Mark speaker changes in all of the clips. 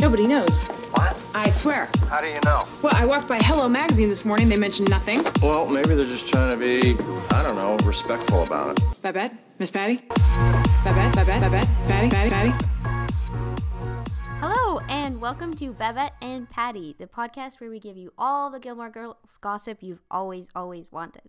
Speaker 1: Nobody knows.
Speaker 2: What?
Speaker 1: I swear.
Speaker 2: How do you know?
Speaker 1: Well, I walked by Hello Magazine this morning. They mentioned nothing.
Speaker 3: Well, maybe they're just trying to be, I don't know, respectful about it.
Speaker 1: Babette? Miss Patty? Babette? Babette? Babette? Patty? Patty? Patty?
Speaker 4: Hello, and welcome to Babette and Patty, the podcast where we give you all the Gilmore Girls gossip you've always, always wanted.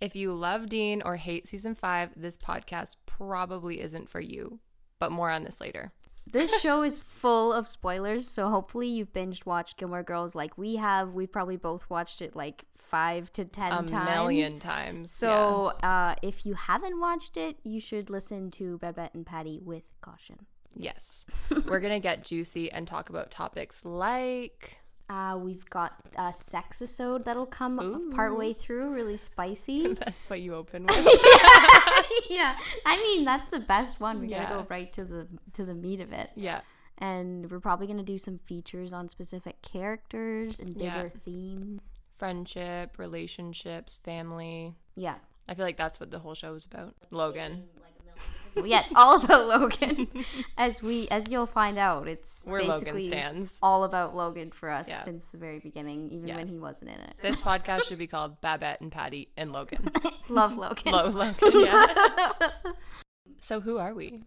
Speaker 5: If you love Dean or hate season five, this podcast probably isn't for you. But more on this later.
Speaker 4: This show is full of spoilers, so hopefully you've binge watched Gilmore Girls like we have. We've probably both watched it like five to ten
Speaker 5: A
Speaker 4: times.
Speaker 5: million times.
Speaker 4: So uh, if you haven't watched it, you should listen to Babette and Patty with caution.
Speaker 5: yeah. yes, we're gonna get juicy and talk about topics like
Speaker 4: Uh, we've got a sex episode that'll come partway through, really spicy.
Speaker 5: that's what you open with.
Speaker 4: yeah, I mean that's the best one. We're
Speaker 5: Yeah.
Speaker 4: gonna go right to the to the meat of it,
Speaker 5: yeah,
Speaker 4: and we're probably gonna do some features on specific characters and bigger
Speaker 5: Yeah.
Speaker 4: themes.
Speaker 5: friendship, relationships, family.
Speaker 4: Yeah,
Speaker 5: I feel like that's what the whole show is about. Logan,
Speaker 4: Well, yeah, it's all about Logan. as we as you'll find out, it's
Speaker 5: we're Logan
Speaker 4: basically
Speaker 5: stands.
Speaker 4: all about Logan for us
Speaker 5: Yeah.
Speaker 4: since the very beginning, even
Speaker 5: Yeah.
Speaker 4: when he wasn't in it.
Speaker 5: This podcast should be called Babette and Patty and Logan.
Speaker 4: Love Logan.
Speaker 5: Low Logan. Yeah. so who are we?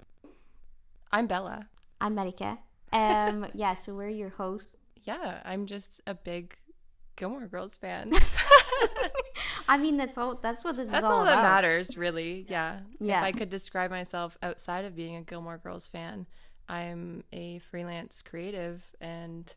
Speaker 5: I'm Bella.
Speaker 4: I'm Marika. Um, yeah, so we're your hosts.
Speaker 5: Yeah, I'm just a big Gilmore Girls fan.
Speaker 4: I mean, that's all. That's what this
Speaker 5: That's
Speaker 4: is all,
Speaker 5: all that
Speaker 4: about.
Speaker 5: matters, really. Yeah.
Speaker 4: Yeah.
Speaker 5: If I could describe myself outside of being a Gilmore Girls fan, I'm a freelance creative and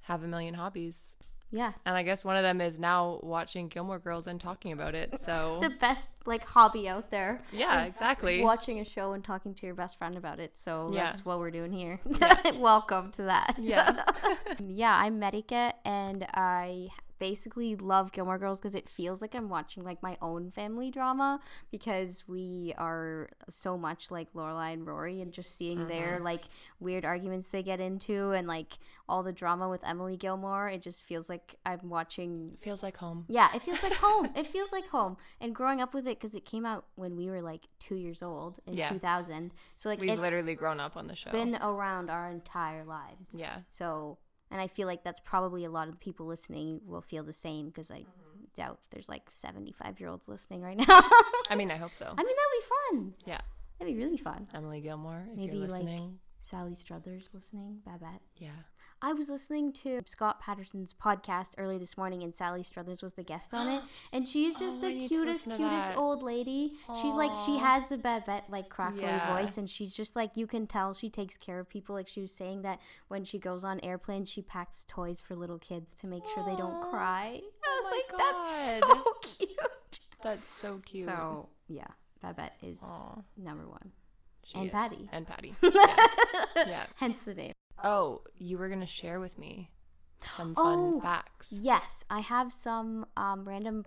Speaker 5: have a million hobbies.
Speaker 4: Yeah,
Speaker 5: And I guess one of them is now watching Gilmore Girls and talking about it. So
Speaker 4: the best like hobby out there.
Speaker 5: yeah,
Speaker 4: is
Speaker 5: exactly.
Speaker 4: Watching a show and talking to your best friend about it. So
Speaker 5: Yeah.
Speaker 4: that's what we're doing here. Welcome to that.
Speaker 5: Yeah.
Speaker 4: yeah, I'm Medica and I basically love Gilmore Girls because it feels like I'm watching like my own family drama because we are so much like Lorelai and Rory and just seeing
Speaker 5: Mm-hmm.
Speaker 4: their like weird arguments they get into and like all the drama with Emily Gilmore, it just feels like I'm watching
Speaker 5: Feels like home.
Speaker 4: yeah, it feels like home. it feels like home. And growing up with it, because it came out when we were like two years old in
Speaker 5: Yeah.
Speaker 4: 2000. So, like,
Speaker 5: We've
Speaker 4: it's
Speaker 5: literally grown up on the show.
Speaker 4: been around our entire lives.
Speaker 5: Yeah.
Speaker 4: So, and I feel like that's probably a lot of the people listening will feel the same because I
Speaker 5: Mm-hmm.
Speaker 4: doubt there's like 75 year olds listening right now. I
Speaker 5: I mean, I hope so.
Speaker 4: mean, that'd be fun.
Speaker 5: yeah.
Speaker 4: That'd be really fun.
Speaker 5: Emily Gilmore, if
Speaker 4: Maybe
Speaker 5: you're
Speaker 4: like
Speaker 5: listening.
Speaker 4: Sally Struthers listening, Babette.
Speaker 5: yeah.
Speaker 4: I was listening to Scott Patterson's podcast early this morning, and Sally Struthers was the guest on it. And she's just
Speaker 5: Oh, I
Speaker 4: the
Speaker 5: need to
Speaker 4: cutest,
Speaker 5: listen to
Speaker 4: cutest
Speaker 5: that.
Speaker 4: old lady. She's like, she
Speaker 5: Aw.
Speaker 4: has the Babette, like, crackly
Speaker 5: Yeah.
Speaker 4: voice, and she's just like, you can tell she takes care of people. Like, she was saying that when she goes on airplanes, she packs toys for little kids to make sure they don't
Speaker 5: Aw.
Speaker 4: cry.
Speaker 5: Oh
Speaker 4: I was
Speaker 5: my
Speaker 4: like, that's so cute.
Speaker 5: That's so cute.
Speaker 4: So, yeah, Babette is
Speaker 5: Aw.
Speaker 4: number one.
Speaker 5: She
Speaker 4: and
Speaker 5: is.
Speaker 4: Patty.
Speaker 5: And Patty. Yeah. yeah.
Speaker 4: Hence the name.
Speaker 5: Oh, you were gonna share with me some fun
Speaker 4: Oh,
Speaker 5: facts.
Speaker 4: Yes, I have some um, random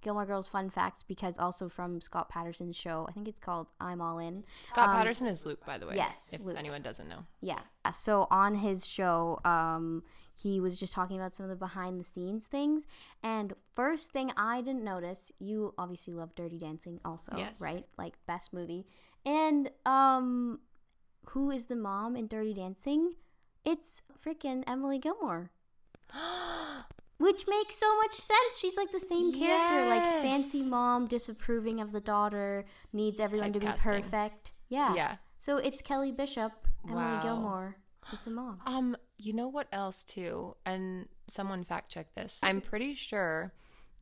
Speaker 4: Gilmore Girls fun facts because also from Scott Patterson's show. I think it's called I'm All In.
Speaker 5: Scott
Speaker 4: Um,
Speaker 5: Patterson is Luke, by the way.
Speaker 4: yes,
Speaker 5: if
Speaker 4: Luke.
Speaker 5: anyone doesn't know.
Speaker 4: Yeah. So on his show, um, he was just talking about some of the behind the scenes things. And first thing I didn't notice, you obviously love Dirty Dancing also,
Speaker 5: Yes.
Speaker 4: right? Like best movie. And um who is the mom in Dirty Dancing? It's freaking Emily Gilmore. Which makes so much sense. She's like the same character, like fancy
Speaker 5: Yes.
Speaker 4: mom, disapproving of the daughter, needs everyone to be
Speaker 5: Typecasting.
Speaker 4: perfect. Yeah.
Speaker 5: Yeah.
Speaker 4: So it's Kelly Bishop, Emily
Speaker 5: Wow.
Speaker 4: Gilmore is the mom.
Speaker 5: Um, you know what else too? And someone fact check this. I'm pretty sure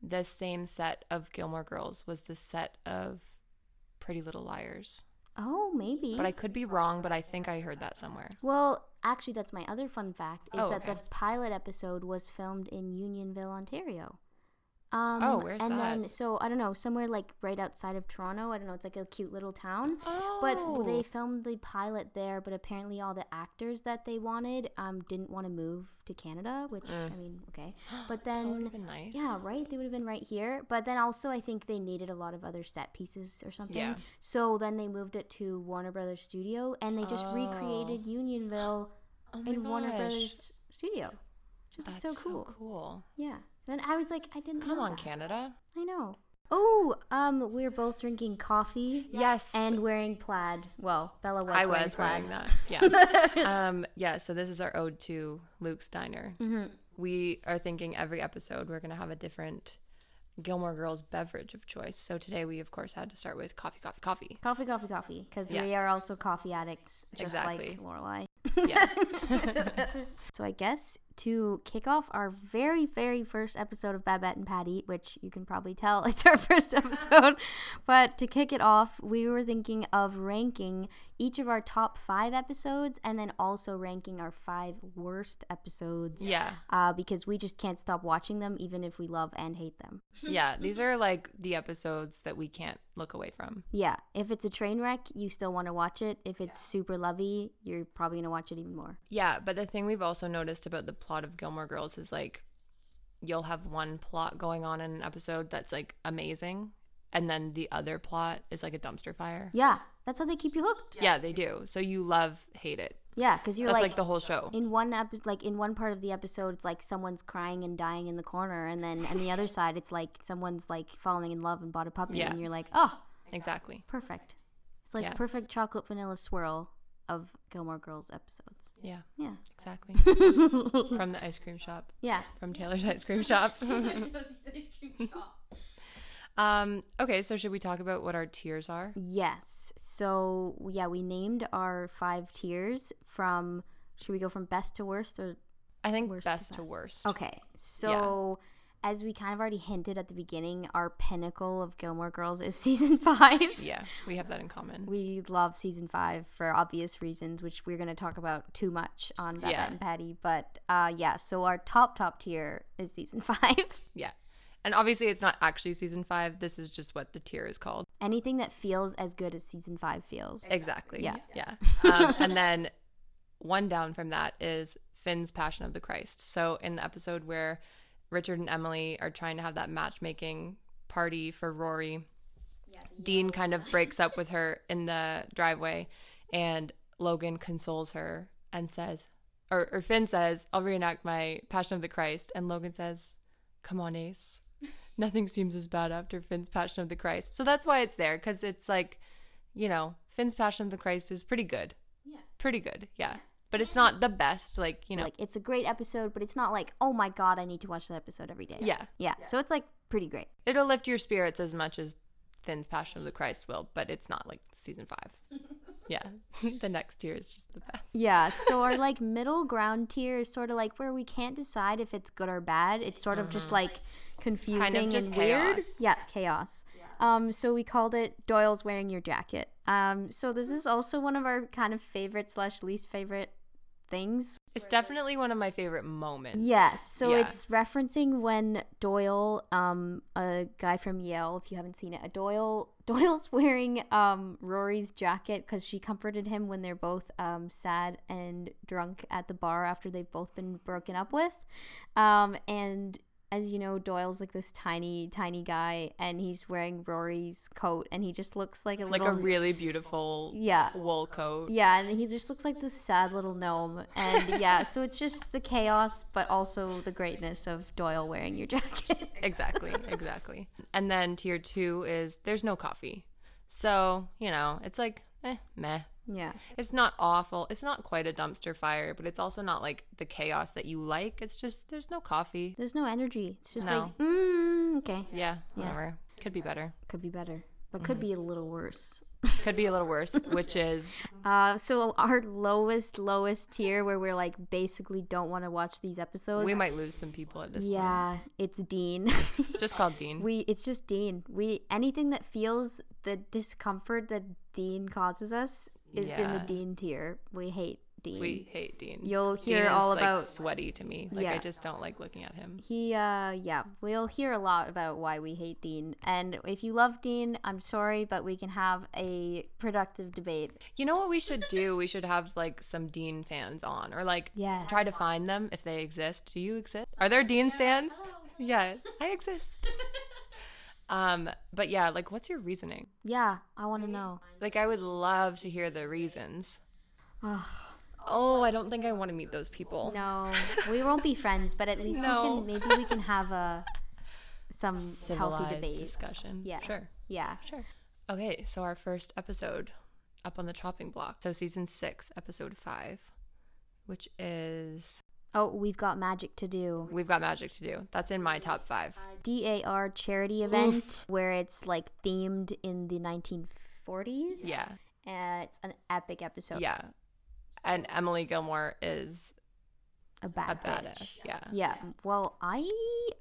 Speaker 5: the same set of Gilmore Girls was the set of Pretty Little Liars.
Speaker 4: Oh, maybe.
Speaker 5: But I could be wrong, but I think I heard that somewhere.
Speaker 4: well, actually, that's my other fun fact is
Speaker 5: Oh,
Speaker 4: that the
Speaker 5: okay.
Speaker 4: pilot episode was filmed in Unionville, Ontario. Um,
Speaker 5: Oh, where's
Speaker 4: and
Speaker 5: that?
Speaker 4: then, so I don't know, somewhere like right outside of Toronto. I don't know. It's like a cute little town.
Speaker 5: Oh
Speaker 4: But they filmed the pilot there, but apparently all the actors that they wanted um, didn't want to move to Canada, which
Speaker 5: Mm.
Speaker 4: I mean, okay. But then,
Speaker 5: would've been Oh, nice.
Speaker 4: yeah, right, they would have been right here. But then also, I think they needed a lot of other set pieces or something.
Speaker 5: Yeah.
Speaker 4: So then they moved it to Warner Brothers Studio, and they just
Speaker 5: Oh.
Speaker 4: recreated Unionville
Speaker 5: Oh my
Speaker 4: in Warner
Speaker 5: gosh.
Speaker 4: Brothers Studio, which is like,
Speaker 5: That's
Speaker 4: so cool.
Speaker 5: cool.
Speaker 4: Yeah. Then I was like, I didn't
Speaker 5: Come
Speaker 4: know
Speaker 5: on,
Speaker 4: that.
Speaker 5: Canada.
Speaker 4: I know. Oh, um, we're both drinking coffee
Speaker 5: Yes.
Speaker 4: and wearing plaid. Well, Bella was
Speaker 5: I
Speaker 4: wearing
Speaker 5: was
Speaker 4: plaid.
Speaker 5: wearing that. Yeah. um, yeah. So this is our ode to Luke's Diner. We are thinking every episode we're going to have a different Gilmore Girls beverage of choice. So today we, of course, had to start with coffee, coffee, coffee.
Speaker 4: Coffee, coffee, coffee. Because we
Speaker 5: Yeah.
Speaker 4: are also coffee addicts, just
Speaker 5: Exactly.
Speaker 4: like Lorelai.
Speaker 5: Yeah.
Speaker 4: So I guess to kick off our very, very first episode of Babette and Patty, which you can probably tell it's our first episode, but to kick it off, we were thinking of ranking each of our top five episodes and then also ranking our five worst episodes.
Speaker 5: yeah.
Speaker 4: Uh, because we just can't stop watching them, even if we love and hate them.
Speaker 5: Yeah. These are like the episodes that we can't look away from.
Speaker 4: Yeah, if it's a train wreck, you still want to watch it. If it's super lovey, you're probably going to watch it even more.
Speaker 5: Yeah, but the thing we've also noticed about the plot of Gilmore Girls is like you'll have one plot going on in an episode that's like amazing, and then the other plot is like a dumpster fire.
Speaker 4: Yeah, that's how they keep you hooked.
Speaker 5: Yeah, they do. So you love hate it.
Speaker 4: Yeah, because you're
Speaker 5: That's like,
Speaker 4: like
Speaker 5: the whole show.
Speaker 4: in one episode like in one part of the episode it's like someone's crying and dying in the corner and then on the other side it's like someone's like falling in love and bought a puppy
Speaker 5: Yeah.
Speaker 4: and you're like oh
Speaker 5: Exactly.
Speaker 4: perfect it's like
Speaker 5: Yeah.
Speaker 4: perfect chocolate vanilla swirl of gilmore girls episodes
Speaker 5: Yeah,
Speaker 4: yeah
Speaker 5: exactly. From the ice cream shop.
Speaker 4: yeah
Speaker 5: From Taylor's ice cream shop. um, okay, so should we talk about what our tiers are?
Speaker 4: yes so yeah we named our five tiers from should we go from best to worst or
Speaker 5: I think
Speaker 4: Worst to
Speaker 5: best to,
Speaker 4: best.
Speaker 5: worst.
Speaker 4: Okay, so as we kind of already hinted at the beginning, our pinnacle of Gilmore Girls is season five.
Speaker 5: Yeah, we have that in common.
Speaker 4: We love season five for obvious reasons, which we're going to talk about too much on Babette
Speaker 5: Yeah.
Speaker 4: and Patty. But uh, yeah, so our top top tier is season five.
Speaker 5: Yeah. And obviously, it's not actually season five. This is just what the tier is called.
Speaker 4: Anything that feels as good as season five feels.
Speaker 5: Exactly.
Speaker 4: Yeah.
Speaker 5: Yeah. Um, and then one down from that is Finn's Passion of the Christ. So in the episode where Richard and Emily are trying to have that matchmaking party for Rory, Dean kind of breaks up with her in the driveway, and Logan consoles her and says, or, or Finn says, I'll reenact my Passion of the Christ. And Logan says, Come on, Ace. Nothing seems as bad after Finn's Passion of the Christ. So that's why it's there, because it's like, you know, Finn's Passion of the Christ is pretty good.
Speaker 4: Yeah.
Speaker 5: Pretty good, yeah. But it's not the best, like, you know.
Speaker 4: Like, it's a great episode, but it's not like, oh my God, I need to watch that episode every day.
Speaker 5: yeah.
Speaker 4: Yeah. So it's like pretty great.
Speaker 5: It'll lift your spirits as much as Finn's Passion of the Christ will, but it's not like season five. yeah. the next year is just the best.
Speaker 4: Yeah, so our like middle ground tier is sort of like where we can't decide if it's good or bad. It's sort of just like confusing
Speaker 5: just
Speaker 4: and weird.
Speaker 5: chaos.
Speaker 4: Yeah, chaos. Um, so we called it Doyle's wearing your jacket. Um, so this is also one of our kind of favorite slash least favorite things.
Speaker 5: It's definitely one of my favorite moments.
Speaker 4: Yes, so
Speaker 5: Yeah.
Speaker 4: it's referencing when Doyle, um, a guy from Yale, if you haven't seen it, a Doyle Doyle's wearing um Rory's jacket because she comforted him when they're both um sad and drunk at the bar after they've both been broken up with, um and. As you know, Doyle's like this tiny, tiny guy, and he's wearing Rory's coat, and he just looks like a
Speaker 5: like a
Speaker 4: little
Speaker 5: really beautiful
Speaker 4: Yeah.
Speaker 5: wool coat.
Speaker 4: yeah, and he just looks like this sad little gnome. And yeah, so it's just the chaos, but also the greatness of Doyle wearing your jacket.
Speaker 5: Exactly, exactly. And then tier two is there's no coffee. So, you know, it's like, eh, meh.
Speaker 4: yeah.
Speaker 5: It's not awful. It's not quite a dumpster fire, but it's also not like the chaos that you like. It's just there's no coffee.
Speaker 4: There's no energy. It's just
Speaker 5: No.
Speaker 4: like, mm, okay.
Speaker 5: Yeah, whatever. Could be better.
Speaker 4: Could be better, but could be a little worse.
Speaker 5: Could be a little worse, which is
Speaker 4: Uh, so our lowest, lowest tier where we're like basically don't want to watch these episodes.
Speaker 5: we might lose some people at this point.
Speaker 4: yeah, it's Dean.
Speaker 5: It's just called Dean.
Speaker 4: We it's just Dean. We anything that feels the discomfort that Dean causes us is in the
Speaker 5: Yeah.
Speaker 4: Dean tier. We hate Dean.
Speaker 5: We hate Dean.
Speaker 4: You'll
Speaker 5: Dean
Speaker 4: hear
Speaker 5: is,
Speaker 4: all
Speaker 5: like,
Speaker 4: about-
Speaker 5: sweaty to me. Like
Speaker 4: Yeah.
Speaker 5: I just don't like looking at him.
Speaker 4: he uh yeah, we'll hear a lot about why we hate Dean. And if you love Dean, I'm sorry, but we can have a productive debate.
Speaker 5: You know what we should do? We should have like some Dean fans on, or like
Speaker 4: Yes.
Speaker 5: try to find them if they exist. Do you exist? Are there Dean stands? Yeah, I exist. um, but yeah, like what's your reasoning?
Speaker 4: Yeah, I want to know.
Speaker 5: Like I would love to hear the reasons.
Speaker 4: Ugh.
Speaker 5: Oh, I don't think I want to meet those people.
Speaker 4: No, we won't be friends, but at least
Speaker 5: No.
Speaker 4: we can maybe we can have a some healthy
Speaker 5: civilized
Speaker 4: debate.
Speaker 5: discussion.
Speaker 4: Yeah.
Speaker 5: Sure.
Speaker 4: Yeah.
Speaker 5: Sure. Okay, so our first episode up on the chopping block. So season six, episode five, which is
Speaker 4: Oh, we've got magic to do.
Speaker 5: We've Got Magic to Do. That's in my top five.
Speaker 4: DAR charity event where it's like themed in the 1940s.
Speaker 5: Yeah.
Speaker 4: Uh, it's an epic episode.
Speaker 5: Yeah. And Emily Gilmore is
Speaker 4: A, bad
Speaker 5: a badass.
Speaker 4: bitch.
Speaker 5: Yeah.
Speaker 4: Yeah. Well, I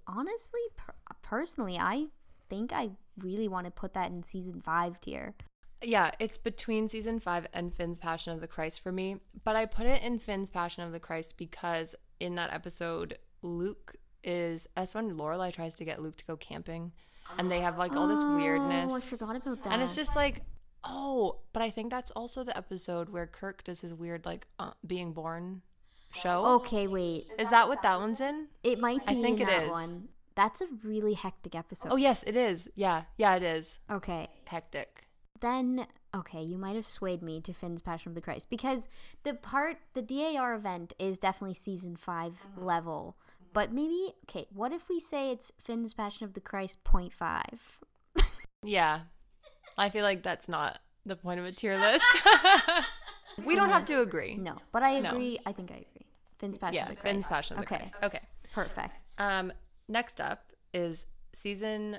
Speaker 4: honestly, per- personally, I think I really want to put that in season five tier.
Speaker 5: Yeah, it's between season five and Finn's Passion of the Christ for me. But I put it in Finn's Passion of the Christ because in that episode, Luke is that's when Lorelai tries to get Luke to go camping, and they have like all this weirdness.
Speaker 4: Oh, I forgot about that.
Speaker 5: And it's just like, oh, but I think that's also the episode where Kirk does his weird like uh, being born show.
Speaker 4: Okay, wait.
Speaker 5: is that what that one's in?
Speaker 4: It might
Speaker 5: I
Speaker 4: be
Speaker 5: think
Speaker 4: in
Speaker 5: it
Speaker 4: that
Speaker 5: is.
Speaker 4: one. That's a really hectic episode.
Speaker 5: Oh yes, it is. Yeah, yeah, it is.
Speaker 4: Okay.
Speaker 5: Hectic.
Speaker 4: Then, okay, you might have swayed me to Finn's Passion of the Christ because the part, the DAR event is definitely season 5 level. But maybe, okay, what if we say it's Finn's Passion of the Christ 0.5?
Speaker 5: Yeah, I feel like that's not the point of a tier list. we don't have to agree.
Speaker 4: No, but I
Speaker 5: No.
Speaker 4: agree. I think I agree. Finn's Passion
Speaker 5: Yeah,
Speaker 4: of the Christ.
Speaker 5: Finn's Passion of the
Speaker 4: okay,
Speaker 5: Christ. Okay.
Speaker 4: perfect.
Speaker 5: Um, next up is season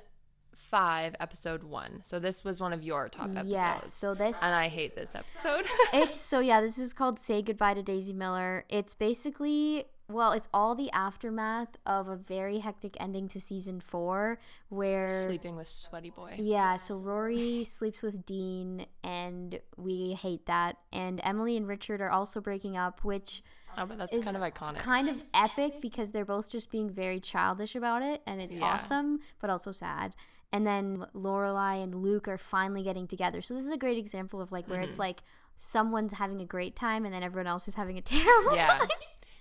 Speaker 5: five, episode one. So this was one of your top episodes.
Speaker 4: Yes, so this
Speaker 5: And I hate this episode.
Speaker 4: it's so yeah this is called say goodbye to daisy miller it's basically well it's all the aftermath of a very hectic ending to season four where
Speaker 5: Sleeping with Sweaty Boy.
Speaker 4: yeah so rory sleeps with dean and we hate that and emily and richard are also breaking up which
Speaker 5: Oh, but that's
Speaker 4: is
Speaker 5: kind of iconic.
Speaker 4: kind of epic because they're both just being very childish about it and it's
Speaker 5: Yeah.
Speaker 4: awesome but also sad and then lorelei and luke are finally getting together so this is a great example of like where
Speaker 5: Mm-hmm.
Speaker 4: it's like someone's having a great time and then everyone else is having a terrible
Speaker 5: yeah.
Speaker 4: time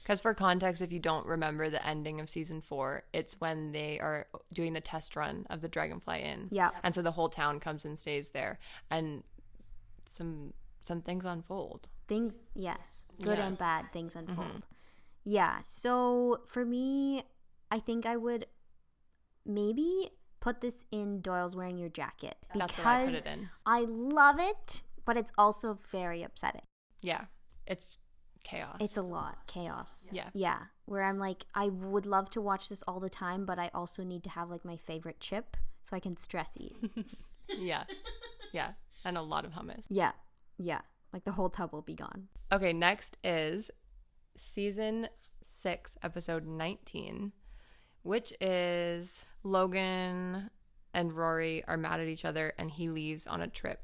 Speaker 5: Because for context, if you don't remember the ending of season four, it's when they are doing the test run of the Dragonfly Inn.
Speaker 4: yeah
Speaker 5: And so the whole town comes and stays there, and some some things unfold.
Speaker 4: things yes good
Speaker 5: Yeah. Mm-hmm.
Speaker 4: and bad things unfold yeah so for me i think i would maybe put this in doyle's wearing your jacket because
Speaker 5: That's what I put it in.
Speaker 4: I love it but it's also very upsetting
Speaker 5: Yeah, it's chaos.
Speaker 4: It's a lot chaos.
Speaker 5: Yeah.
Speaker 4: Yeah, where I'm like I would love to watch this all the time, but I also need to have like my favorite chip so I can stress eat.
Speaker 5: yeah, yeah, and a lot of hummus.
Speaker 4: yeah. Yeah. Like the whole tub will be gone.
Speaker 5: Okay, next is season six, episode 19, which is Logan and Rory are mad at each other, and he leaves on a trip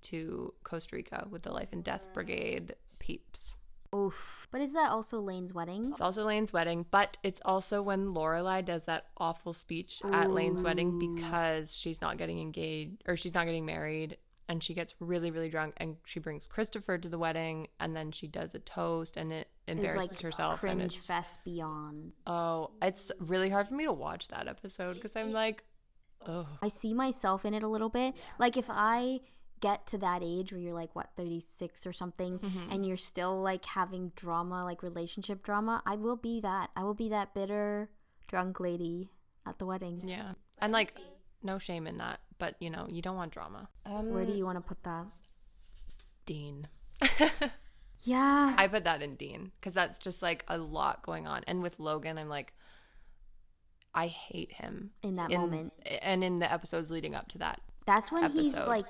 Speaker 5: to Costa Rica with the Life and Death Brigade peeps.
Speaker 4: Oof. But is that also Lane's wedding?
Speaker 5: It's also Lane's wedding, but it's also when Lorelai does that awful speech at Lane's wedding because she's not getting engaged or she's not getting married and she gets really really drunk and she brings Christopher to the wedding and then she does a toast and it
Speaker 4: It's
Speaker 5: embarrasses
Speaker 4: like
Speaker 5: herself and
Speaker 4: cringe
Speaker 5: it's
Speaker 4: fest beyond.
Speaker 5: oh it's really hard for me to watch that episode because I'm like oh
Speaker 4: I see myself in it a little bit. Like if I get to that age where you're like what 36 or something
Speaker 5: Mm-hmm.
Speaker 4: and you're still like having drama like relationship drama i will be that i will be that bitter drunk lady at the wedding
Speaker 5: yeah and like no shame in that but you know you don't want drama
Speaker 4: Where
Speaker 5: Um,
Speaker 4: do you want to put that?
Speaker 5: Dean
Speaker 4: Yeah.
Speaker 5: I put that in Dean because that's just like a lot going on. And with Logan, I'm like, I hate him
Speaker 4: in that
Speaker 5: In-
Speaker 4: moment.
Speaker 5: and in the episodes leading up to that.
Speaker 4: That's when he's
Speaker 5: episode.
Speaker 4: like,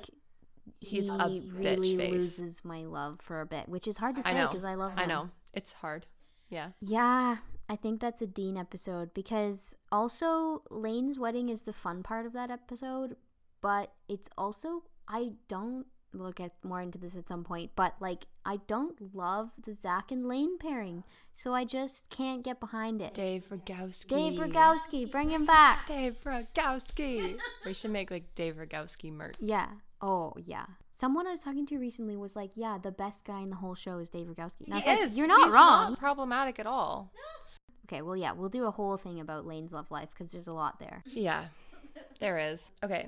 Speaker 4: he
Speaker 5: He's a bitch
Speaker 4: really
Speaker 5: face.
Speaker 4: loses my love for a bit, which is hard to
Speaker 5: I
Speaker 4: say
Speaker 5: know
Speaker 4: because I, love him.
Speaker 5: I know it's hard. Yeah,
Speaker 4: Yeah. I think that's a Dean episode because also Lane's wedding is the fun part of that episode, but it's also, I don't, we'll get more into this at some point, but like, I don't love the Zach and Lane pairing. So I just can't get behind it.
Speaker 5: Dave Rogowski.
Speaker 4: Dave Rogowski, bring him back.
Speaker 5: Dave Rogowski. we should make like Dave Rogowski merch.
Speaker 4: Yeah. Oh, yeah. Someone I was talking to recently was like, "Yeah, the best guy in the whole show is Dave Rogowski." And I was like, "You're not
Speaker 5: He's
Speaker 4: wrong."
Speaker 5: Not problematic at all.
Speaker 4: Okay, well, yeah, we'll do a whole thing about Lane's love life because there's a lot there.
Speaker 5: Yeah, there is. Okay,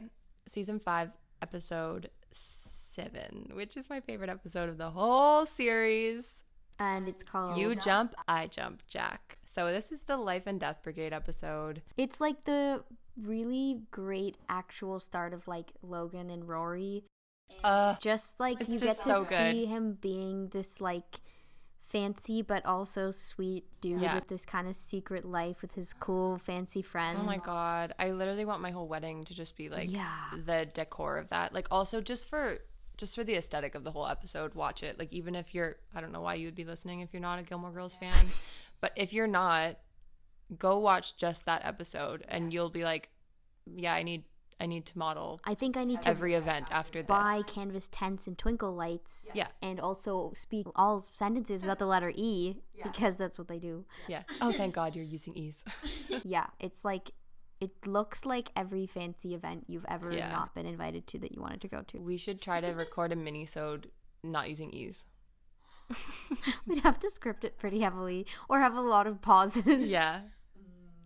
Speaker 5: season five, episode seven, which is my favorite episode of the whole series.
Speaker 4: And it's called
Speaker 5: You jump, I jump, Jack. So this is the Life and Death Brigade episode.
Speaker 4: It's like the really great actual start of like Logan and Rory.
Speaker 5: Uh,
Speaker 4: Just like
Speaker 5: It's
Speaker 4: you get
Speaker 5: just
Speaker 4: to
Speaker 5: so good.
Speaker 4: see him being this like fancy but also sweet dude
Speaker 5: Yeah.
Speaker 4: with this kind of secret life with his cool fancy friends.
Speaker 5: oh my god, I literally want my whole wedding to just be like
Speaker 4: Yeah.
Speaker 5: the decor of that. Like also just for just for the aesthetic of the whole episode, watch it. Like even if you're I don't know why you would be listening if you're not a Gilmore Girls fan, but if you're not, go watch just that episode and you'll be like, yeah, I need I need to model
Speaker 4: I think I need to
Speaker 5: every event after this.
Speaker 4: buy canvas tents and twinkle lights.
Speaker 5: Yeah.
Speaker 4: And also speak all sentences without the letter E because that's what they do.
Speaker 5: Yeah. Oh, thank God you're using ease.
Speaker 4: yeah, it's like it looks like every fancy event you've ever
Speaker 5: Yeah.
Speaker 4: not been invited to that you wanted to go to.
Speaker 5: we should try to record a mini-sode not using ease.
Speaker 4: We'd have to script it pretty heavily or have a lot of pauses.
Speaker 5: Yeah.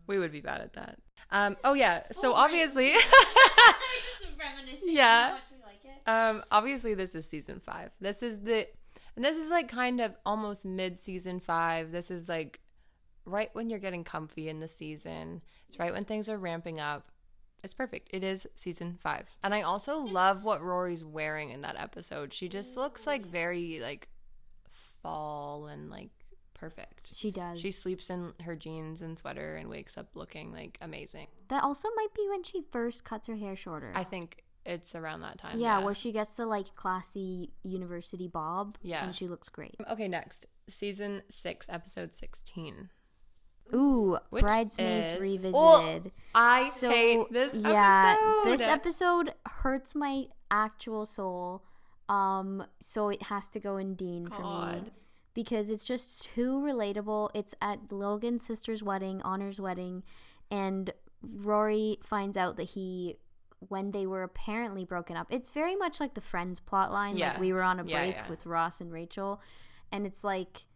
Speaker 5: We would be bad at that. Um, Mm. oh yeah. So obviously Yeah. much um obviously this is season five. This is the and this is like kind of almost mid season five. This is like right when you're getting comfy in the season. It's right when things are ramping up. It's perfect. It is season five. And I also love what Rory's wearing in that episode. She just looks like very like fall and like perfect.
Speaker 4: She does.
Speaker 5: She sleeps in her jeans and sweater and wakes up looking like amazing.
Speaker 4: that also might be when she first cuts her hair shorter.
Speaker 5: I think it's around that time.
Speaker 4: yeah, where she gets the like classy university bob.
Speaker 5: Yeah.
Speaker 4: And she looks great.
Speaker 5: okay, next season six, episode sixteen.
Speaker 4: Oooo,
Speaker 5: Which
Speaker 4: Bridesmaids
Speaker 5: is-
Speaker 4: Revisited.
Speaker 5: I
Speaker 4: so
Speaker 5: hate this episode.
Speaker 4: yeah this episode hurts my actual soul um so it has to go in dean for me
Speaker 5: God.
Speaker 4: because it's just too relatable it's at logan's sister's wedding honor's wedding and rory finds out that he when they were apparently broken up it's very much like the friends plot line like
Speaker 5: Yeah.
Speaker 4: we were on a break
Speaker 5: Yeah, yeah.
Speaker 4: with ross and rachel and it's like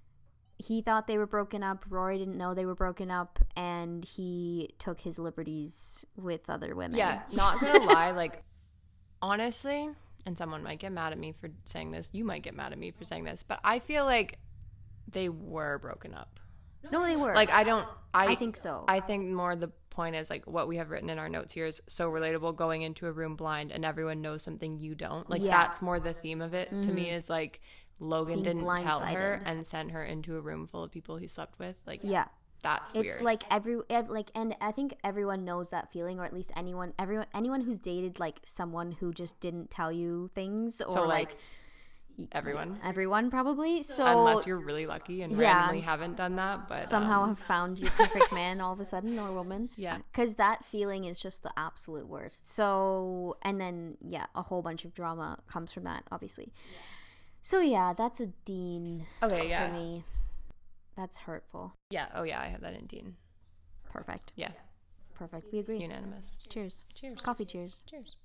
Speaker 4: he thought they were broken up. Rory didn't know they were broken up, and he took his liberties with other women.
Speaker 5: Yeah, not gonna lie, like honestly, and someone might get mad at me for saying this. You might get mad at me for saying this, but I feel like they were broken up.
Speaker 4: no, they were.
Speaker 5: Like I don't. I,
Speaker 4: I think so.
Speaker 5: I think more the point is like what we have written in our notes here is so relatable. Going into a room blind and everyone knows something you don't. Like
Speaker 4: Yeah. Mm-hmm.
Speaker 5: that's more the theme of it to me is like Logan
Speaker 4: Being
Speaker 5: didn't tell her
Speaker 4: blindsided.
Speaker 5: and sent her into a room full of people he slept with. Like
Speaker 4: yeah,
Speaker 5: that's
Speaker 4: it's
Speaker 5: weird.
Speaker 4: like every ev- like, and I think everyone knows that feeling, or at least anyone, everyone, anyone who's dated like someone who just didn't tell you things, or
Speaker 5: so
Speaker 4: like,
Speaker 5: like, everyone,
Speaker 4: everyone probably. So
Speaker 5: unless you're really lucky and
Speaker 4: oh, Yeah.
Speaker 5: randomly haven't done that, but um,
Speaker 4: somehow have found your perfect man all of a sudden or woman.
Speaker 5: Yeah.
Speaker 4: Because that feeling is just the absolute worst. So, and then, yeah, a whole bunch of drama comes from that, obviously. So, yeah, that's a Dean
Speaker 5: okay, yeah,
Speaker 4: for me. That's hurtful.
Speaker 5: yeah, oh yeah, I have that in Dean.
Speaker 4: Perfect.
Speaker 5: Yeah,
Speaker 4: Perfect. We agree.
Speaker 5: unanimous.
Speaker 4: Cheers.
Speaker 5: Cheers.
Speaker 4: Coffee cheers.
Speaker 5: Cheers.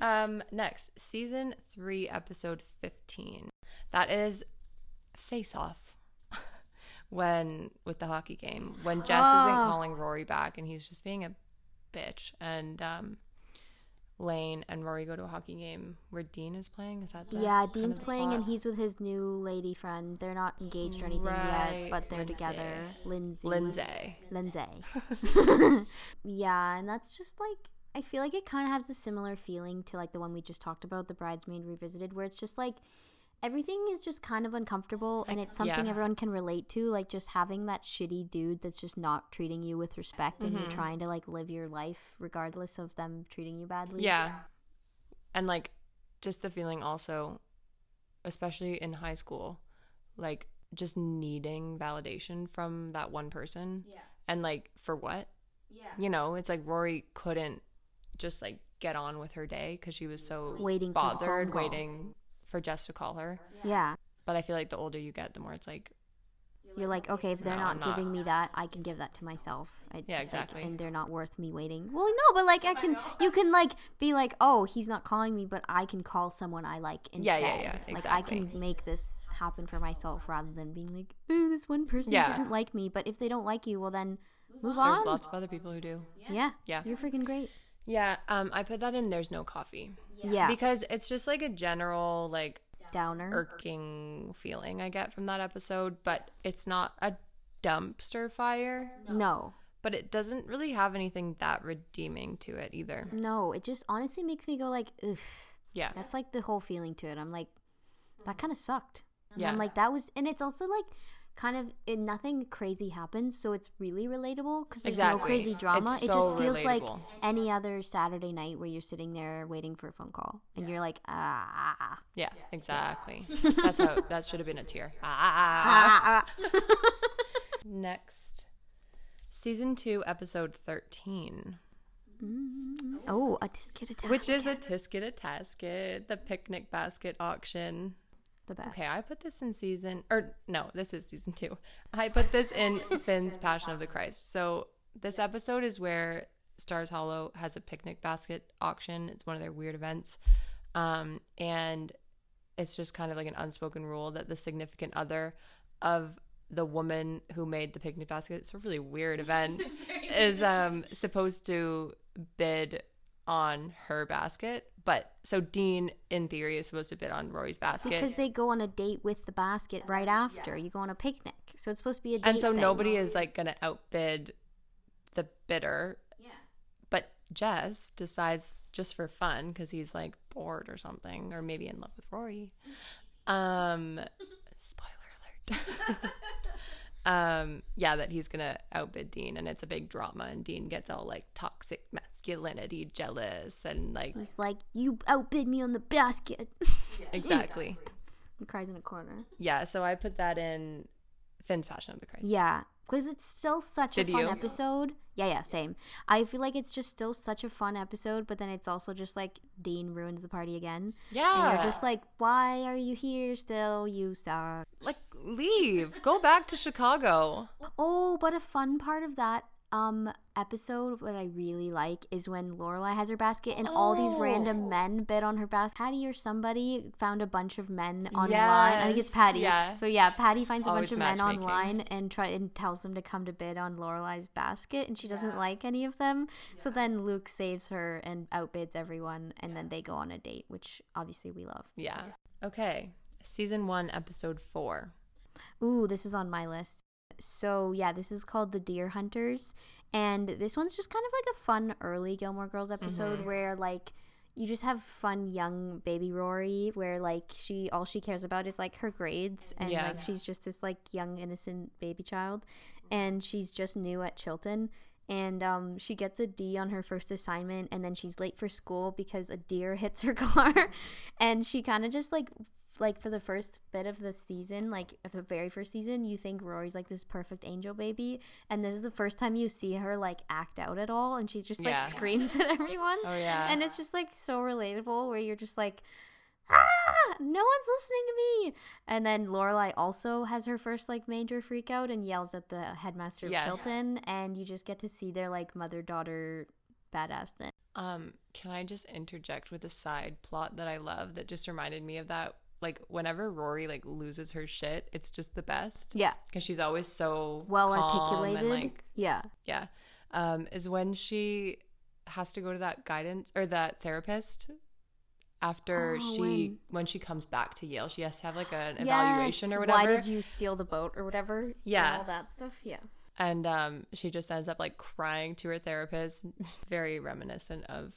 Speaker 5: um, next, season three, episode 15. That is Face Off. when, with the hockey game, when Jess
Speaker 4: Ah.
Speaker 5: isn't calling Rory back and he's just being a bitch. And, um, Lane and Rory go to a hockey game where Dean is playing. Is that the
Speaker 4: yeah,
Speaker 5: kind
Speaker 4: Dean's
Speaker 5: of
Speaker 4: playing and
Speaker 5: plot?
Speaker 4: he's with his new lady friend. They're not engaged or anything
Speaker 5: Right,
Speaker 4: yet, but they're
Speaker 5: Lindsay.
Speaker 4: together. Lindsay.
Speaker 5: Lindsay.
Speaker 4: Lindsay. yeah, and that's just like I feel like it kind of has a similar feeling to like the one we just talked about, the bridesmaid revisited, where it's just like everything is just kind of uncomfortable and it's something
Speaker 5: yeah.
Speaker 4: everyone can relate to, like just having that shitty dude that's just not treating you with respect and
Speaker 5: Mm-hmm.
Speaker 4: you're trying to like live your life regardless of them treating you badly.
Speaker 5: Yeah. And like just the feeling also, especially in high school, like just needing validation from that one person. Yeah. And like for what? Yeah. You know, it's like Rory couldn't just like get on with her day because she was so
Speaker 4: Waiting for the phone
Speaker 5: bothered,
Speaker 4: call.
Speaker 5: waiting for Jess to call her.
Speaker 4: Yeah.
Speaker 5: But I feel like the older you get, the more it's like,
Speaker 4: You're like, okay, if they're
Speaker 5: No,
Speaker 4: not,
Speaker 5: I'm not.
Speaker 4: giving me that, I can give that to myself. I,
Speaker 5: Yeah,
Speaker 4: like,
Speaker 5: exactly.
Speaker 4: and they're not worth me waiting. Well, no, but like I can, you can like be like, oh, he's not calling me, but I can call someone I like instead.
Speaker 5: Yeah, yeah, yeah,
Speaker 4: Like I
Speaker 5: exactly.
Speaker 4: can make this happen for myself rather than being like, ooh, this one person
Speaker 5: Yeah.
Speaker 4: doesn't like me. But if they don't like you, well then move
Speaker 5: there's
Speaker 4: on.
Speaker 5: lots of other people who do.
Speaker 4: yeah,
Speaker 5: Yeah.
Speaker 4: you're freaking great.
Speaker 5: Yeah. Um, I put that in there's no coffee
Speaker 4: Yeah,
Speaker 5: because it's just like a general, like,
Speaker 4: downer.
Speaker 5: irking feeling I get from that episode, but it's not a dumpster fire,
Speaker 4: no,
Speaker 5: but it doesn't really have anything that redeeming to it either.
Speaker 4: No, it just honestly makes me go like, ugh.
Speaker 5: Yeah.
Speaker 4: That's like the whole feeling to it. I'm like, that kind of sucked. And
Speaker 5: Yeah.
Speaker 4: I'm like, that was, and it's also like, kind of, it, nothing crazy happens, so it's really relatable because there's no
Speaker 5: Exactly.
Speaker 4: crazy drama.
Speaker 5: It's
Speaker 4: it just
Speaker 5: so
Speaker 4: feels like
Speaker 5: relatable.
Speaker 4: any other Saturday night where you're sitting there waiting for a phone call, and you're like, ah,
Speaker 5: Yeah, exactly. That's how that should have been a tear. Ah.
Speaker 4: ah, ah.
Speaker 5: Next. Season 2, episode 13,
Speaker 4: oh, a disc attack,
Speaker 5: which is a Tisket a Tasket, the picnic basket auction.
Speaker 4: the best.
Speaker 5: Okay, I put this in season, or no, this is season two. I put this in Finn's Passion of the Christ. So this episode is where Stars Hollow has a picnic basket auction. It's one of their weird events, um, and it's just kind of like an unspoken rule that the significant other of the woman who made the picnic basket it's a really weird event is um supposed to bid on her basket but so dean in theory is supposed to bid on rory's basket
Speaker 4: Because they go on a date with the basket right after you go on a picnic, so it's supposed to be a date.
Speaker 5: and so
Speaker 4: thing.
Speaker 5: nobody is like gonna outbid the bidder
Speaker 4: Yeah.
Speaker 5: but jess decides just for fun because he's like bored or something or maybe in love with rory um spoiler alert um yeah that he's gonna outbid dean and it's a big drama and dean gets all like toxic masculinity jealous and like
Speaker 4: He's like, you outbid me on the basket.
Speaker 5: exactly
Speaker 4: He cries in a corner.
Speaker 5: yeah so i put that in finn's passion of the christ
Speaker 4: Yeah, because it's still such
Speaker 5: Did
Speaker 4: a fun
Speaker 5: you?
Speaker 4: episode. Yeah, yeah, same. I feel like it's just still such a fun episode, but then it's also just like Dean ruins the party again. And you're just like, why are you here still? You suck.
Speaker 5: like leave go back to chicago
Speaker 4: Oh, but a fun part of that um episode what I really like is when Lorelai has her basket and all these
Speaker 5: Oh.
Speaker 4: random men bid on her basket. Patty or somebody found a bunch of men online. I think it's
Speaker 5: Yes,
Speaker 4: Patty.
Speaker 5: yeah.
Speaker 4: So yeah, Patty finds a
Speaker 5: Always
Speaker 4: bunch of men
Speaker 5: matchmaking.
Speaker 4: online and try and tells them to come to bid on Lorelai's basket and she doesn't like any of them. So then Luke saves her and outbids everyone and then they go on a date, which obviously we love.
Speaker 5: Yeah. Okay. Season one, episode four.
Speaker 4: Ooh, this is on my list. So yeah, this is called The Deer Hunters, and this one's just kind of like a fun early Gilmore Girls episode where like you just have fun young baby Rory, where like she all she cares about is like her grades, and
Speaker 5: Yeah.
Speaker 4: like she's just this like young innocent baby child, and she's just new at Chilton. And um, she gets a D on her first assignment, and then she's late for school because a deer hits her car, and she kind of just like like for the first bit of the season, like of the very first season, you think Rory's like this perfect angel baby, and this is the first time you see her like act out at all, and she just like
Speaker 5: Yeah.
Speaker 4: screams at everyone,
Speaker 5: Oh yeah.
Speaker 4: and it's just like so relatable where you're just like. Ah, no one's listening to me. And then Lorelai also has her first like major freak out and yells at the headmaster of
Speaker 5: Yes.
Speaker 4: Chilton, and you just get to see their like mother daughter badassness.
Speaker 5: um, can I just interject with a side plot that I love that just reminded me of that? Like whenever Rory like loses her shit, it's just the best.
Speaker 4: Yeah,
Speaker 5: Because she's always so
Speaker 4: well
Speaker 5: calm and,
Speaker 4: articulated.
Speaker 5: like
Speaker 4: yeah,
Speaker 5: yeah. Um, is when she has to go to that guidance or that therapist after
Speaker 4: Oh,
Speaker 5: she when.
Speaker 4: when-
Speaker 5: she comes back to Yale, she has to have like an evaluation
Speaker 4: Yes,
Speaker 5: or whatever.
Speaker 4: Why did you steal the boat or whatever? and
Speaker 5: Yeah.
Speaker 4: all that stuff. Yeah.
Speaker 5: and um, she just ends up like crying to her therapist. Very reminiscent of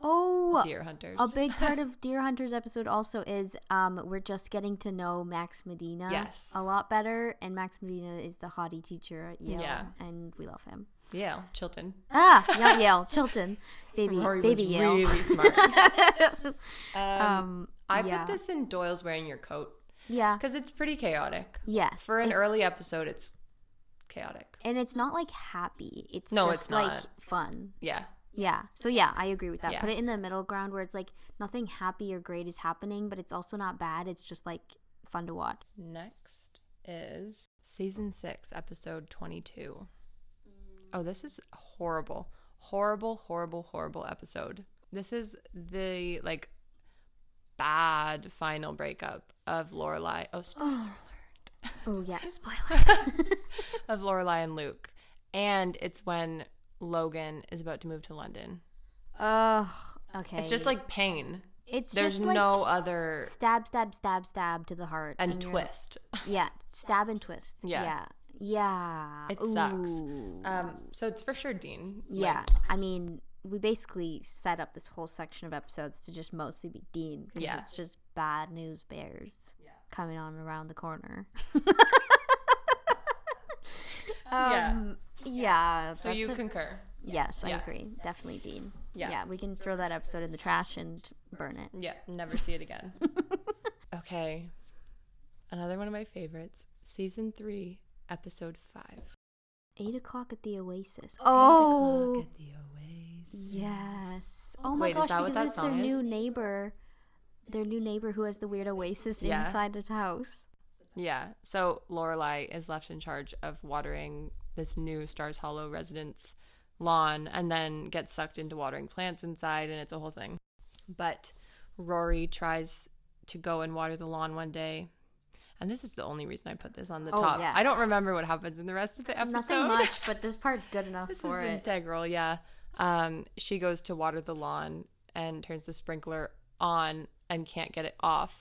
Speaker 4: Oh,
Speaker 5: deer hunters.
Speaker 4: a big part of Deer Hunters episode also is um we're just getting to know Max Medina
Speaker 5: Yes.
Speaker 4: a lot better, and Max Medina is the haughty teacher at Yale,
Speaker 5: Yeah.
Speaker 4: and we love him.
Speaker 5: yeah, Chilton.
Speaker 4: Ah, not Yale, Chilton, baby,
Speaker 5: Rory
Speaker 4: baby
Speaker 5: was
Speaker 4: Yale.
Speaker 5: really smart. Um,
Speaker 4: um,
Speaker 5: I
Speaker 4: yeah.
Speaker 5: put this in Doyle's wearing your coat
Speaker 4: yeah,
Speaker 5: because it's pretty chaotic
Speaker 4: yes,
Speaker 5: for an
Speaker 4: it's-
Speaker 5: early episode. It's chaotic.
Speaker 4: and it's not like happy. It's
Speaker 5: No,
Speaker 4: just
Speaker 5: it's
Speaker 4: like
Speaker 5: not.
Speaker 4: fun.
Speaker 5: Yeah,
Speaker 4: Yeah. So yeah, I agree with that.
Speaker 5: Yeah.
Speaker 4: Put it in the middle ground where it's like nothing happy or great is happening, but it's also not bad. It's just like fun to watch.
Speaker 5: Next is season six, episode 22. Oh, this is horrible. Horrible, horrible, horrible episode. This is the like bad final breakup of Lorelai. Oh, spoiler alert.
Speaker 4: Oh yeah, spoiler.
Speaker 5: Of Lorelai and Luke. And it's when Logan is about to move to London.
Speaker 4: Ugh. okay.
Speaker 5: It's just like pain.
Speaker 4: it's
Speaker 5: There's
Speaker 4: just, like,
Speaker 5: no other
Speaker 4: stab, stab, stab, stab to the heart
Speaker 5: and
Speaker 4: you're-
Speaker 5: twist.
Speaker 4: Yeah, stab and twist.
Speaker 5: Yeah.
Speaker 4: Yeah. Yeah.
Speaker 5: It sucks.
Speaker 4: Ooh.
Speaker 5: Um, so it's for sure Dean. Like,
Speaker 4: yeah. I mean, we basically set up this whole section of episodes to just mostly be Dean because
Speaker 5: Yeah.
Speaker 4: it's just bad news bears coming on around the corner.
Speaker 5: Yeah.
Speaker 4: Um, yeah.
Speaker 5: so you
Speaker 4: that's a-
Speaker 5: concur.
Speaker 4: Yes, I
Speaker 5: Yeah.
Speaker 4: agree. Definitely Dean.
Speaker 5: Yeah.
Speaker 4: yeah, we can throw that episode in the trash and burn it.
Speaker 5: Yeah, never see it again. okay. Another one of my favorites, season three, episode five.
Speaker 4: Eight o'clock at the Oasis.
Speaker 5: Look
Speaker 4: Oh,
Speaker 5: at the Oasis.
Speaker 4: yes. Oh my
Speaker 5: Wait, is
Speaker 4: gosh,
Speaker 5: that what
Speaker 4: because
Speaker 5: that
Speaker 4: it's their
Speaker 5: song is?
Speaker 4: new neighbor, their new neighbor who has the weird oasis
Speaker 5: Yeah.
Speaker 4: inside his house.
Speaker 5: Yeah. So Lorelai is left in charge of watering this new Stars Hollow residence lawn and then gets sucked into watering plants inside and it's a whole thing. But Rory tries to go and water the lawn one day. And this is the only reason I put this on the
Speaker 4: Oh,
Speaker 5: top.
Speaker 4: yeah.
Speaker 5: I don't remember what happens in the rest of the episode.
Speaker 4: Nothing much, but this part's good enough
Speaker 5: this
Speaker 4: for
Speaker 5: is
Speaker 4: it.
Speaker 5: integral yeah um she goes to water the lawn and turns the sprinkler on and can't get it off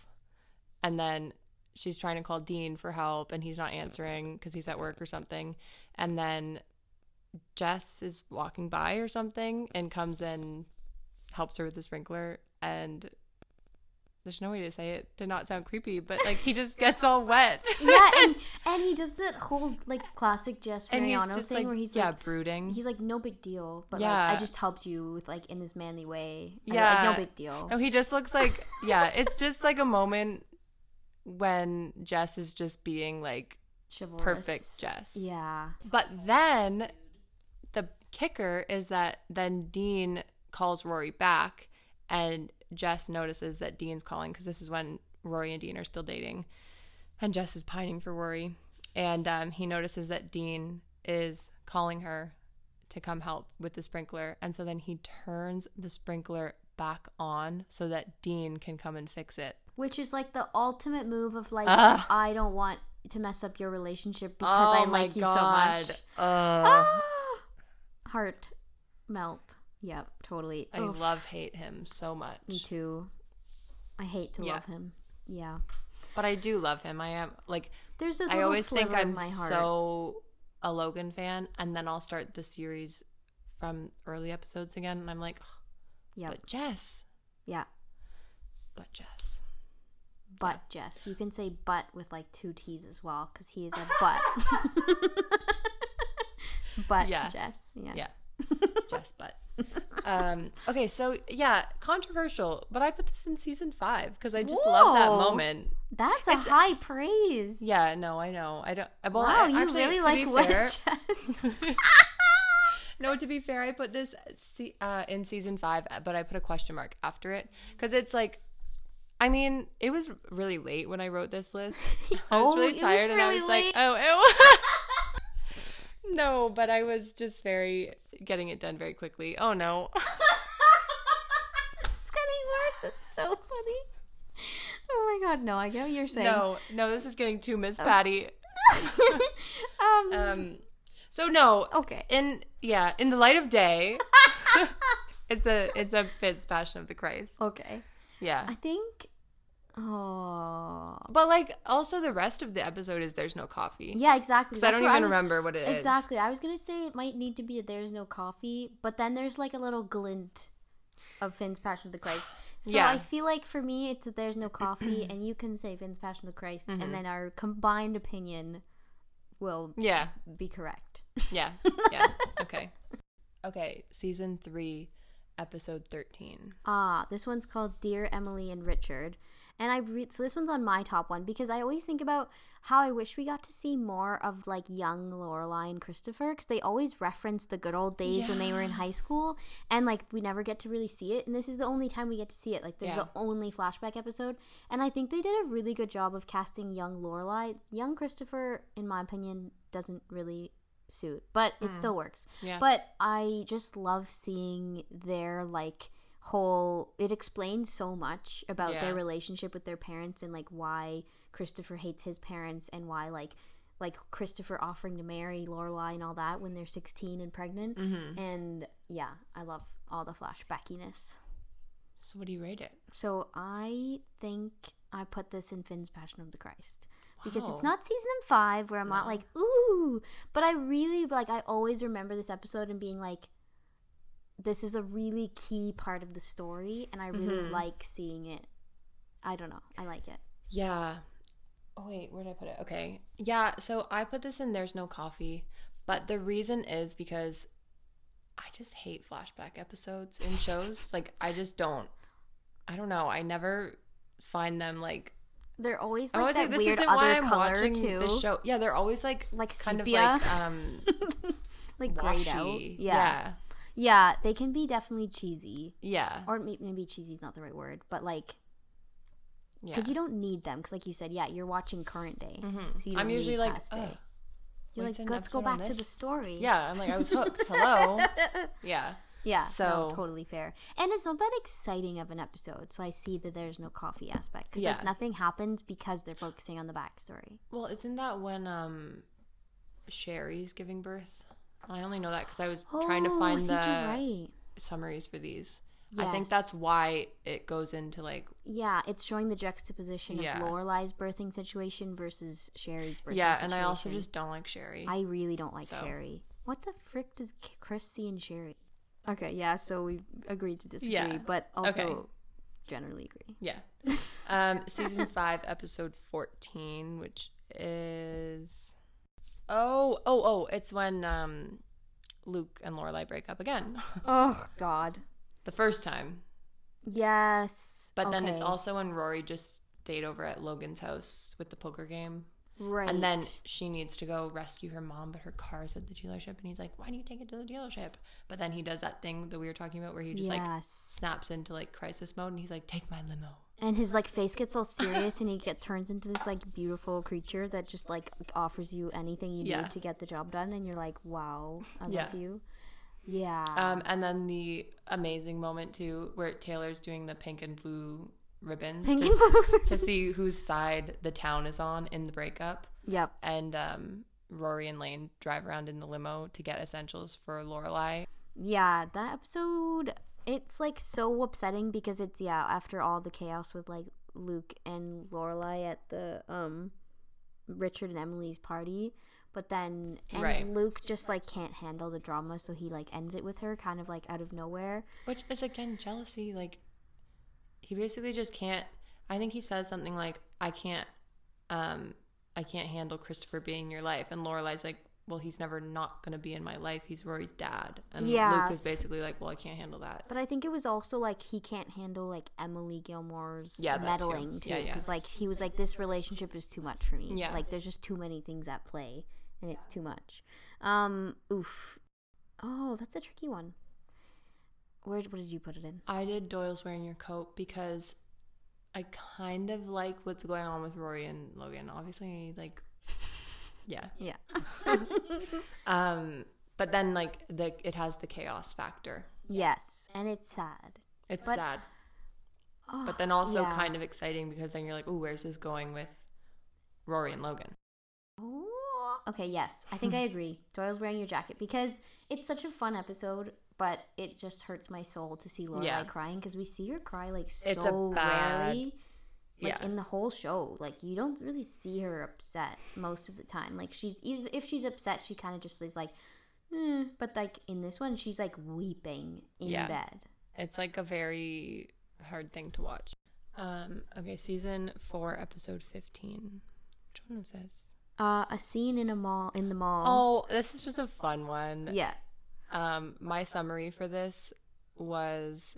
Speaker 5: and then she's trying to call dean for help and he's not answering because he's at work or something and then jess is walking by or something and comes and helps her with the sprinkler and there's no way to say it to not sound creepy but like he just gets all wet
Speaker 4: yeah, and, and he does that whole like classic Jess
Speaker 5: and he's
Speaker 4: Mariano
Speaker 5: just
Speaker 4: thing
Speaker 5: like
Speaker 4: where he's
Speaker 5: yeah
Speaker 4: like
Speaker 5: brooding
Speaker 4: he's like no big deal, but like
Speaker 5: Yeah.
Speaker 4: I just helped you with like in this manly way. And,
Speaker 5: Yeah.
Speaker 4: like, no big deal.
Speaker 5: No, Oh, he just looks like yeah, it's just like a moment when Jess is just being like
Speaker 4: Chivalrous.
Speaker 5: perfect Jess.
Speaker 4: Yeah.
Speaker 5: But then the kicker is that then Dean calls Rory back and Jess notices that Dean's calling because this is when Rory and Dean are still dating. And Jess is pining for Rory. And um, he notices that Dean is calling her to come help with the sprinkler. And so then he turns the sprinkler back on so that Dean can come and fix it.
Speaker 4: which is like the ultimate move of like
Speaker 5: Ugh.
Speaker 4: I don't want to mess up your relationship because
Speaker 5: Oh
Speaker 4: I like you so much. Ah.
Speaker 5: Uh,
Speaker 4: Heart melt. Yep, totally.
Speaker 5: I
Speaker 4: Oof,
Speaker 5: love hate him so much.
Speaker 4: me too. I hate to
Speaker 5: Yeah.
Speaker 4: love him. Yeah.
Speaker 5: But I do love him. I am like
Speaker 4: There's a
Speaker 5: I
Speaker 4: little
Speaker 5: always
Speaker 4: sliver
Speaker 5: think I'm
Speaker 4: in my heart.
Speaker 5: so a Logan fan, and then I'll start the series from early episodes again, and I'm like, "Oh,
Speaker 4: yep.
Speaker 5: but Jess,
Speaker 4: yeah.
Speaker 5: but Jess.
Speaker 4: But Jess, you can say but with like two T's as well because he is a butt. but
Speaker 5: Yeah.
Speaker 4: Jess, yeah.
Speaker 5: Yeah, Jess, but. Um, okay, so yeah, controversial, but I put this in season five because I just love that
Speaker 4: Whoa.
Speaker 5: moment.
Speaker 4: That's a high praise.
Speaker 5: Yeah, no, I know. I don't. Well,
Speaker 4: Wow,
Speaker 5: I,
Speaker 4: you
Speaker 5: actually,
Speaker 4: really
Speaker 5: to
Speaker 4: like
Speaker 5: be
Speaker 4: what
Speaker 5: fair-
Speaker 4: Jess.
Speaker 5: no, to be fair, I put this se- uh, in season five, but I put a question mark after it because it's like, I mean, it was really late when I wrote this list. I was
Speaker 4: Oh, it
Speaker 5: really
Speaker 4: was
Speaker 5: tired and I
Speaker 4: really
Speaker 5: was
Speaker 4: late.
Speaker 5: like, oh, ew. no, but I was just very getting it done very quickly. Oh no. "Oh."
Speaker 4: it's getting worse. It's so funny. Oh my god, no, I get what you're saying.
Speaker 5: No, no, this is getting too Miss Patty.
Speaker 4: Oh. um,
Speaker 5: Um, so no,
Speaker 4: okay.
Speaker 5: in yeah, in the light of day, Uh. it's a it's a Fitz Passion of the Christ.
Speaker 4: Okay.
Speaker 5: Yeah,
Speaker 4: I think oh
Speaker 5: but like also the rest of the episode is there's no coffee.
Speaker 4: yeah, exactly.
Speaker 5: because I
Speaker 4: That's
Speaker 5: don't
Speaker 4: what
Speaker 5: even
Speaker 4: was-
Speaker 5: remember what it is.
Speaker 4: Exactly. I was gonna say it might need to be a there's no coffee, but then there's like a little glint of Finn's Passion of the Christ. So
Speaker 5: Yeah.
Speaker 4: I feel like for me it's a there's no coffee and you can say Finn's Passion of the Christ and then our combined opinion will
Speaker 5: Mm-hmm. Yeah,
Speaker 4: be correct.
Speaker 5: yeah, yeah. okay, okay. Season three, episode thirteen.
Speaker 4: Ah, this one's called Dear Emily and Richard. And I read so this one's on my top one because I always think about how I wish we got to see more of like young Lorelai and Christopher because they always reference the good old days when they were in high school and like we never get to really see it and this is the only time we get to see it like this is
Speaker 5: Yeah.
Speaker 4: the only flashback episode and I think they did a really good job of casting young Lorelai young Christopher in my opinion doesn't really suit but it still works
Speaker 5: Hmm. Yeah.
Speaker 4: but I just love seeing their like whole it explains so much about
Speaker 5: Yeah.
Speaker 4: their relationship with their parents and like why Christopher hates his parents and why like like Christopher offering to marry Lorelai and all that when they're 16 and pregnant
Speaker 5: Mm-hmm.
Speaker 4: and yeah I love all the flashbackiness
Speaker 5: So what do you rate it?
Speaker 4: so I think I put this in Finn's Passion of the Christ because it's
Speaker 5: Wow.
Speaker 4: not season five where I'm not
Speaker 5: No.
Speaker 4: like ooh, but I really like I always remember this episode and being like, this is a really key part of the story, and I really
Speaker 5: Mhm.
Speaker 4: like seeing it. I don't know, I like it.
Speaker 5: Yeah. Oh wait, where did I put it? Okay. Yeah, so I put this in there's no coffee, but the reason is because I just hate flashback episodes in shows. like I just don't I don't know. I never find them like
Speaker 4: They're always
Speaker 5: I
Speaker 4: like
Speaker 5: always
Speaker 4: that
Speaker 5: like this
Speaker 4: weird
Speaker 5: isn't
Speaker 4: other
Speaker 5: why I'm
Speaker 4: color
Speaker 5: watching
Speaker 4: too,
Speaker 5: this show. Yeah, they're always like
Speaker 4: like
Speaker 5: kind
Speaker 4: sepia,
Speaker 5: of like um
Speaker 4: like grayed out.
Speaker 5: washy.
Speaker 4: yeah,
Speaker 5: yeah.
Speaker 4: yeah, they can be definitely cheesy.
Speaker 5: Yeah.
Speaker 4: or may- maybe cheesy is not the right word, but like
Speaker 5: Yeah.
Speaker 4: because you don't need them because like you said, yeah, you're watching current day,
Speaker 5: Mhm.
Speaker 4: so you don't
Speaker 5: I'm usually
Speaker 4: need
Speaker 5: like,
Speaker 4: past
Speaker 5: "Ugh,
Speaker 4: day. You're
Speaker 5: what's
Speaker 4: like,
Speaker 5: in the
Speaker 4: let's go
Speaker 5: episode on
Speaker 4: back to the
Speaker 5: this?"
Speaker 4: story.
Speaker 5: Yeah, I'm like I was hooked. Hello. Yeah.
Speaker 4: yeah. So
Speaker 5: So-
Speaker 4: totally fair, and it's not that exciting of an episode. So I see that there's no coffee aspect because
Speaker 5: Yeah.
Speaker 4: like nothing happens because they're focusing on the backstory.
Speaker 5: Well, isn't that when um Sherry's giving birth? I only know that because I was trying to
Speaker 4: Oh, I
Speaker 5: find the
Speaker 4: think you're right.
Speaker 5: summaries for these. I think that's
Speaker 4: Yes.
Speaker 5: why it goes into like
Speaker 4: Yeah, it's showing the juxtaposition
Speaker 5: Yeah.
Speaker 4: of Lorelai's birthing situation versus Sherry's birthing.
Speaker 5: yeah, and I also
Speaker 4: situation.
Speaker 5: just don't like Sherry.
Speaker 4: I really don't like
Speaker 5: So.
Speaker 4: Sherry. What the frick does K- Chris see in Sherry? Okay, yeah, so we agreed to disagree,
Speaker 5: Yeah,
Speaker 4: but also
Speaker 5: okay.
Speaker 4: generally agree.
Speaker 5: yeah, um, season five, episode fourteen, which is oh oh oh, it's when um Luke and Lorelai break up again,
Speaker 4: Oh God,
Speaker 5: the first time.
Speaker 4: yes.
Speaker 5: But then it's
Speaker 4: okay,
Speaker 5: also when Rory just stayed over at Logan's house with the poker game.
Speaker 4: right,
Speaker 5: And then she needs to go rescue her mom, but her car's at the dealership. And he's like, Why do you take it to the dealership? But then he does that thing that we were talking about where he just like
Speaker 4: Yes.
Speaker 5: snaps into like crisis mode and he's like, Take my limo.
Speaker 4: and his like face gets all serious, and he get turns into this like beautiful creature that just like offers you anything you
Speaker 5: Yeah.
Speaker 4: need to get the job done, and you're like, wow, I
Speaker 5: Yeah.
Speaker 4: love you. Yeah.
Speaker 5: Um, and then the amazing moment too where Taylor's doing the pink and blue ribbons
Speaker 4: Pink
Speaker 5: to,
Speaker 4: and blue.
Speaker 5: to see whose side the town is on in the breakup.
Speaker 4: yep.
Speaker 5: And um, Rory and Lane drive around in the limo to get essentials for Lorelai.
Speaker 4: Yeah, that episode it's like so upsetting because it's yeah, after all the chaos with like Luke and Lorelai at the um Richard and Emily's party, but then and
Speaker 5: Right.
Speaker 4: Luke just like can't handle the drama, so he like ends it with her kind of like out of nowhere.
Speaker 5: Which is again jealousy. Like he basically just can't. I think he says something like, "I can't, um, I can't handle Christopher being in your life." And Lorelai's like, "Well, he's never not gonna be in my life. He's Rory's dad." And
Speaker 4: Yeah.
Speaker 5: Luke is basically like, "Well, I can't handle that."
Speaker 4: But I think it was also like he can't handle like Emily Gilmore's
Speaker 5: Yeah, that too.
Speaker 4: meddling too,
Speaker 5: Yeah, yeah.
Speaker 4: because like he was like this relationship is too much for me.
Speaker 5: Yeah.
Speaker 4: like there's just too many things at play, and it's too much. Um, oof. Oh, that's a tricky one. Where what did you put it in?
Speaker 5: I did Doyle's wearing your coat because I kind of like what's going on with Rory and Logan. Obviously, like, yeah.
Speaker 4: Yeah,
Speaker 5: Um, but then like the it has the chaos factor.
Speaker 4: yes, and it's sad.
Speaker 5: It's
Speaker 4: But-
Speaker 5: sad.
Speaker 4: Oh,
Speaker 5: but then also kind of exciting because then you're like, oh, where's this going with Rory and Logan?
Speaker 4: Okay, yes, I think
Speaker 5: Hmm.
Speaker 4: I agree. Doyle's wearing your jacket because it's such a fun episode, but it just hurts my soul to see Lorelai
Speaker 5: Yeah.
Speaker 4: crying because we see her cry like so
Speaker 5: It's a bad-
Speaker 4: rarely. like
Speaker 5: yeah,
Speaker 4: in the whole show like you don't really see her upset most of the time like she's ev- if she's upset she kind of just is like "Eh," but like in this one she's like weeping in
Speaker 5: Yeah.
Speaker 4: bed
Speaker 5: it's like a very hard thing to watch. Um, okay, season four, episode fifteen. Which one is this?
Speaker 4: uh a scene in a mall in the mall
Speaker 5: Oh, this is just a fun one.
Speaker 4: yeah
Speaker 5: Um, my summary for this was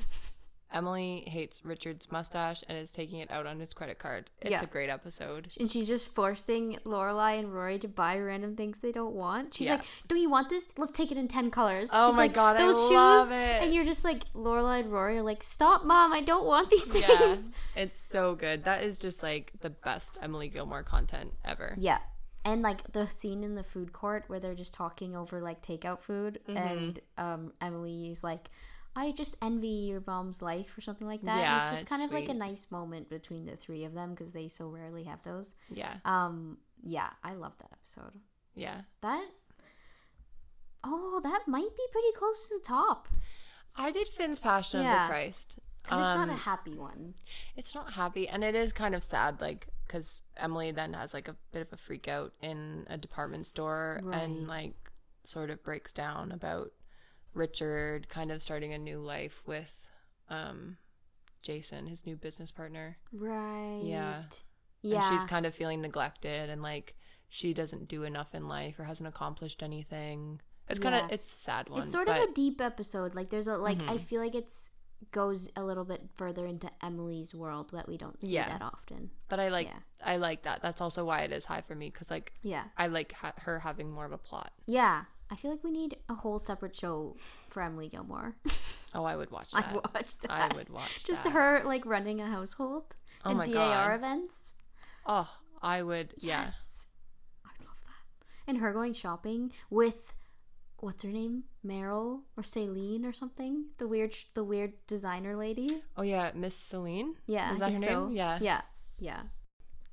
Speaker 5: Emily hates Richard's mustache and is taking it out on his credit card. It's
Speaker 4: Yeah.
Speaker 5: a great episode.
Speaker 4: and she's just forcing Lorelai and Rory to buy random things they don't want. She's
Speaker 5: Yeah.
Speaker 4: like, "Do you want this? Let's take it in ten colors."
Speaker 5: Oh
Speaker 4: she's
Speaker 5: my
Speaker 4: like,
Speaker 5: God, I love it.
Speaker 4: And you're just like, Lorelai and Rory are like, "Stop, mom! I don't want these things."
Speaker 5: Yeah, it's so good. That is just like the best Emily Gilmore content ever.
Speaker 4: Yeah. And like the scene in the food court where they're just talking over like takeout food
Speaker 5: Mm-hmm.
Speaker 4: and um Emily is like I just envy your mom's life or something like that. And
Speaker 5: Yeah,
Speaker 4: it's just
Speaker 5: it's
Speaker 4: kind of like a
Speaker 5: sweet.
Speaker 4: nice moment between the three of them because they so rarely have those.
Speaker 5: Yeah,
Speaker 4: Um yeah, I love that episode.
Speaker 5: yeah.
Speaker 4: That Oh, that might be pretty close to the top
Speaker 5: I did Finn's Passion
Speaker 4: Yeah.
Speaker 5: of the Christ.
Speaker 4: cuz it's not
Speaker 5: Um,
Speaker 4: a happy one.
Speaker 5: it's not happy, and it is kind of sad. Like because Emily then has like a bit of a freak out in a department store and like sort of breaks down about Richard kind of starting a new life with um, Jason, his new business partner.
Speaker 4: Right.
Speaker 5: Yeah.
Speaker 4: Yeah.
Speaker 5: And she's kind of feeling neglected and like she doesn't do enough in life or hasn't accomplished anything. It's kind
Speaker 4: Yeah.
Speaker 5: of it's a sad one.
Speaker 4: it's sort
Speaker 5: but Mm-hmm.
Speaker 4: of a deep episode. Like there's a like I feel like it's goes a little bit further into Emily's world that we don't see
Speaker 5: Yeah.
Speaker 4: that often.
Speaker 5: but I like
Speaker 4: yeah.
Speaker 5: I like that. That's also why it is high for me cuz like
Speaker 4: Yeah.
Speaker 5: I like ha- her having more of a plot.
Speaker 4: Yeah. I feel like we need a whole separate show for Emily Gilmore.
Speaker 5: Oh, I would watch that.
Speaker 4: I watched that.
Speaker 5: I would watch
Speaker 4: Just
Speaker 5: that.
Speaker 4: her like running a household
Speaker 5: Oh
Speaker 4: and
Speaker 5: my
Speaker 4: DAR
Speaker 5: God.
Speaker 4: events.
Speaker 5: Oh, I would. Yeah.
Speaker 4: Yes. I would love that. And her going shopping with what's her name? Meryl or Celine or something? The weird sh- the weird designer lady?
Speaker 5: Oh yeah, Miss Celine.
Speaker 4: Yeah.
Speaker 5: Is
Speaker 4: I
Speaker 5: that her
Speaker 4: think
Speaker 5: name?
Speaker 4: so.
Speaker 5: Yeah.
Speaker 4: Yeah. Yeah.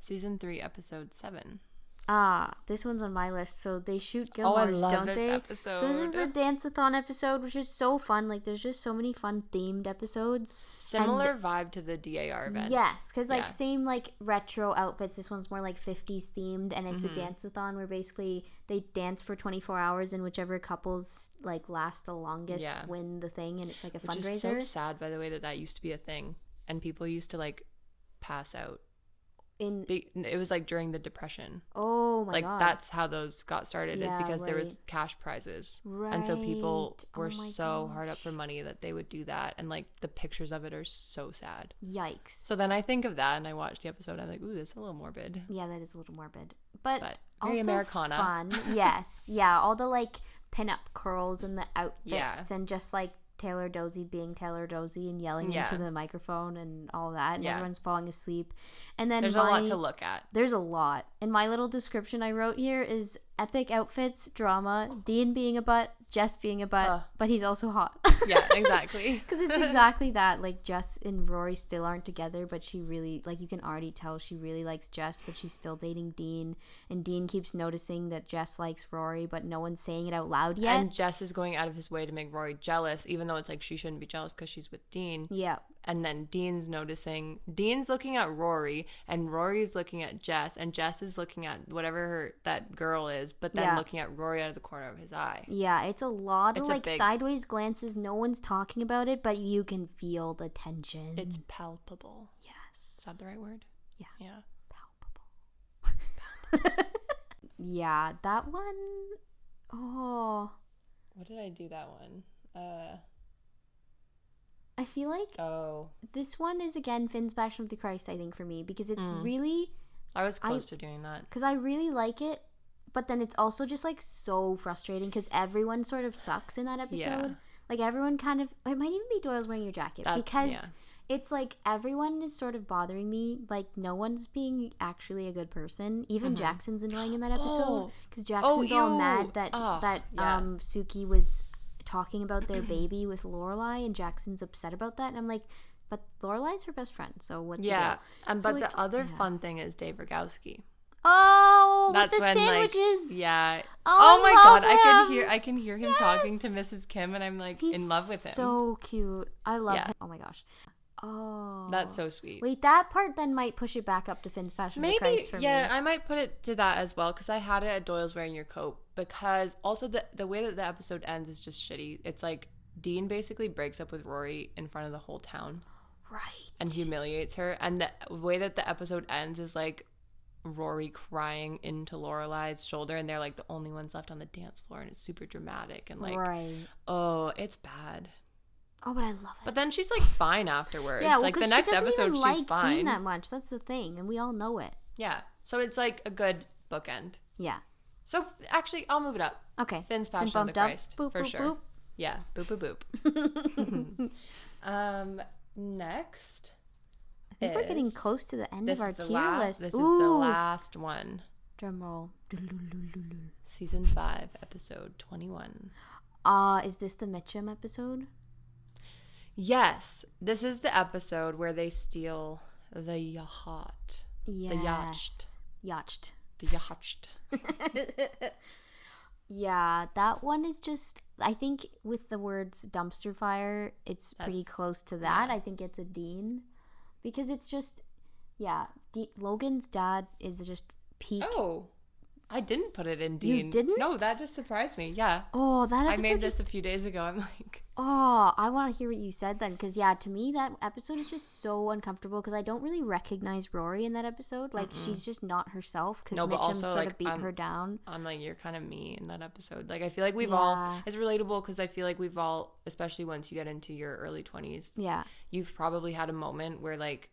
Speaker 5: Season three, episode seven.
Speaker 4: Ah, this one's on my list. So they shoot
Speaker 5: Oh, I
Speaker 4: Gilmore's,
Speaker 5: love
Speaker 4: don't
Speaker 5: this
Speaker 4: they? So this is the
Speaker 5: episode.
Speaker 4: dance-a-thon episode, which is so fun. Like, there's just so many fun themed episodes.
Speaker 5: Similar vibe to the DAR event.
Speaker 4: Yes, because like
Speaker 5: Yeah.
Speaker 4: same like retro outfits. This one's more like 50s themed, and it's
Speaker 5: Mm-hmm.
Speaker 4: a dance-a-thon where basically they dance for 24 hours, and whichever couples like last the longest
Speaker 5: Yeah.
Speaker 4: win the thing, and it's like a
Speaker 5: Which
Speaker 4: fundraiser.
Speaker 5: is so sad, by the way, that that used to be a thing, and people used to like pass out.
Speaker 4: In
Speaker 5: Be- It was like during the depression.
Speaker 4: oh my
Speaker 5: like
Speaker 4: god,
Speaker 5: that's how those got started,
Speaker 4: Yeah,
Speaker 5: is because there was
Speaker 4: right.
Speaker 5: cash prizes, and so people
Speaker 4: Right. Oh
Speaker 5: were
Speaker 4: my
Speaker 5: so hard up for
Speaker 4: gosh.
Speaker 5: money that they would do that, and like the pictures of it are so sad.
Speaker 4: yikes.
Speaker 5: So then I think of that, and I watch the episode, and I'm like, ooh, this is a little morbid.
Speaker 4: Yeah, that is a little morbid, but,
Speaker 5: But very
Speaker 4: also
Speaker 5: Americana.
Speaker 4: fun. Yes, yeah, all the like pinup curls and the outfits
Speaker 5: Yeah.
Speaker 4: and just like Taylor Dozy being Taylor Dozy and yelling
Speaker 5: Yeah.
Speaker 4: into the microphone and all that, and
Speaker 5: Yeah.
Speaker 4: everyone's falling asleep. And then
Speaker 5: There's
Speaker 4: my,
Speaker 5: a lot to look at.
Speaker 4: There's a lot. And my little description I wrote here is epic outfits, drama, Dean being a butt, Jess being a butt,
Speaker 5: Ugh.
Speaker 4: but he's also hot.
Speaker 5: Yeah, exactly.
Speaker 4: Because it's exactly that. Like Jess and Rory still aren't together, but she really like you can already tell she really likes Jess, but she's still dating Dean, and Dean keeps noticing that Jess likes Rory, but no one's saying it out loud yet.
Speaker 5: And Jess is going out of his way to make Rory jealous, even though it's like she shouldn't be jealous because she's with Dean.
Speaker 4: yeah,
Speaker 5: And then Dean's noticing. Dean's looking at Rory, and Rory's looking at Jess, and Jess is looking at whatever her, that girl is, but then
Speaker 4: Yeah.
Speaker 5: looking at Rory out of the corner of his eye.
Speaker 4: yeah, it's a lot of
Speaker 5: It's a
Speaker 4: like
Speaker 5: big-
Speaker 4: sideways glances. No one's talking about it, but you can feel the tension.
Speaker 5: It's palpable. Is
Speaker 4: yes,
Speaker 5: that the right word?
Speaker 4: Yeah.
Speaker 5: Yeah.
Speaker 4: palpable. yeah, that one oh
Speaker 5: What did I do that one? Uh,
Speaker 4: I feel like
Speaker 5: oh.
Speaker 4: this one is again Finn's Passion of the Christ, I think, for me, because it's
Speaker 5: Mm.
Speaker 4: really
Speaker 5: I was
Speaker 4: I-
Speaker 5: close to doing that.
Speaker 4: because I really like it, but then it's also just like so frustrating because everyone sort of sucks in that episode.
Speaker 5: Yeah.
Speaker 4: Like everyone kind of it might even be Doyle's wearing your jacket
Speaker 5: That-
Speaker 4: because
Speaker 5: yeah.
Speaker 4: it's like everyone is sort of bothering me. Like no one's being actually a good person. Even Jackson's annoying in that episode
Speaker 5: Mm-hmm. Oh.
Speaker 4: because Jackson's all
Speaker 5: ew.
Speaker 4: mad that
Speaker 5: Ah,
Speaker 4: that
Speaker 5: yeah.
Speaker 4: um Suki was talking about their baby with Lorelai and Jackson's upset about that and I'm like. But Lorelai's her best friend, so what's
Speaker 5: Yeah.
Speaker 4: the deal?
Speaker 5: And
Speaker 4: So
Speaker 5: but
Speaker 4: it-
Speaker 5: the other
Speaker 4: yeah.
Speaker 5: fun thing is Dave Rogowski.
Speaker 4: Oh,
Speaker 5: That's
Speaker 4: with the
Speaker 5: when
Speaker 4: sandwiches.
Speaker 5: like yeah.
Speaker 4: Oh,
Speaker 5: Oh,
Speaker 4: I
Speaker 5: my
Speaker 4: love
Speaker 5: god, I can
Speaker 4: him.
Speaker 5: hear I can hear him talking to
Speaker 4: Yes.
Speaker 5: Mrs. Kim and I'm like
Speaker 4: He's
Speaker 5: in love with him.
Speaker 4: So cute. I love
Speaker 5: Yeah.
Speaker 4: him. Oh my gosh. Oh.
Speaker 5: That's so sweet.
Speaker 4: Wait, that part then might push it back up to Finn's Passion of the
Speaker 5: Maybe
Speaker 4: Christ for
Speaker 5: yeah,
Speaker 4: me.
Speaker 5: I might put it to that as well because I had it at Doyle's wearing your coat because also the the way that the episode ends is just shitty. It's like Dean basically breaks up with Rory in front of the whole town
Speaker 4: right.
Speaker 5: and humiliates her, and the way that the episode ends is like Rory crying into Lorelai's shoulder, and they're like the only ones left on the dance floor, and it's super dramatic and like
Speaker 4: right.
Speaker 5: oh, it's bad.
Speaker 4: Oh, but I love it.
Speaker 5: But then she's like fine afterwards.
Speaker 4: yeah, well,
Speaker 5: like the
Speaker 4: 'cause
Speaker 5: next
Speaker 4: she doesn't
Speaker 5: episode,
Speaker 4: even
Speaker 5: she's
Speaker 4: like
Speaker 5: fine.
Speaker 4: Dean that much. That's the thing, and we all know it.
Speaker 5: Yeah. So it's like a good bookend.
Speaker 4: Yeah.
Speaker 5: So actually, I'll move it up.
Speaker 4: Okay.
Speaker 5: Finn's
Speaker 4: Been
Speaker 5: Passion of the
Speaker 4: bumped up.
Speaker 5: Christ.
Speaker 4: Boop,
Speaker 5: for
Speaker 4: boop,
Speaker 5: sure. Yeah. Boop, boop, boop. um, next.
Speaker 4: I think we're getting
Speaker 5: is-
Speaker 4: close to the end
Speaker 5: This
Speaker 4: of our
Speaker 5: is the
Speaker 4: tier
Speaker 5: la-
Speaker 4: list.
Speaker 5: This
Speaker 4: Ooh.
Speaker 5: is the last one.
Speaker 4: Drum roll.
Speaker 5: Season 5, episode 21.
Speaker 4: Ah, is this the Mitchum episode?
Speaker 5: Yes, this is the episode where they steal the yacht.
Speaker 4: Yes.
Speaker 5: yacht.
Speaker 4: Yacht.
Speaker 5: The yacht.
Speaker 4: Yeah, that one is just. I think with the words dumpster fire, it's pretty
Speaker 5: That's-
Speaker 4: close to that. I think it's a dean because it's just, yeah, the Logan's dad is just peak.
Speaker 5: Oh, I didn't put it in Dean.
Speaker 4: didn't?
Speaker 5: No, that just surprised me. Yeah.
Speaker 4: Oh, that
Speaker 5: I
Speaker 4: episode
Speaker 5: made
Speaker 4: just-
Speaker 5: this a few days ago. I'm like,
Speaker 4: Oh, I want to hear what you said then, because yeah, to me that episode is just so uncomfortable because I don't really recognize Rory in that episode. Like she's just not herself because
Speaker 5: No, but
Speaker 4: Mitchum
Speaker 5: also,
Speaker 4: sort
Speaker 5: like,
Speaker 4: of beat
Speaker 5: um,
Speaker 4: her down.
Speaker 5: I'm like, you're kind of me in that episode. Like, I feel like we've all,
Speaker 4: Yeah.
Speaker 5: it's relatable because I feel like we've all, especially once you get into your early 20s,
Speaker 4: Yeah,
Speaker 5: you've probably had a moment where like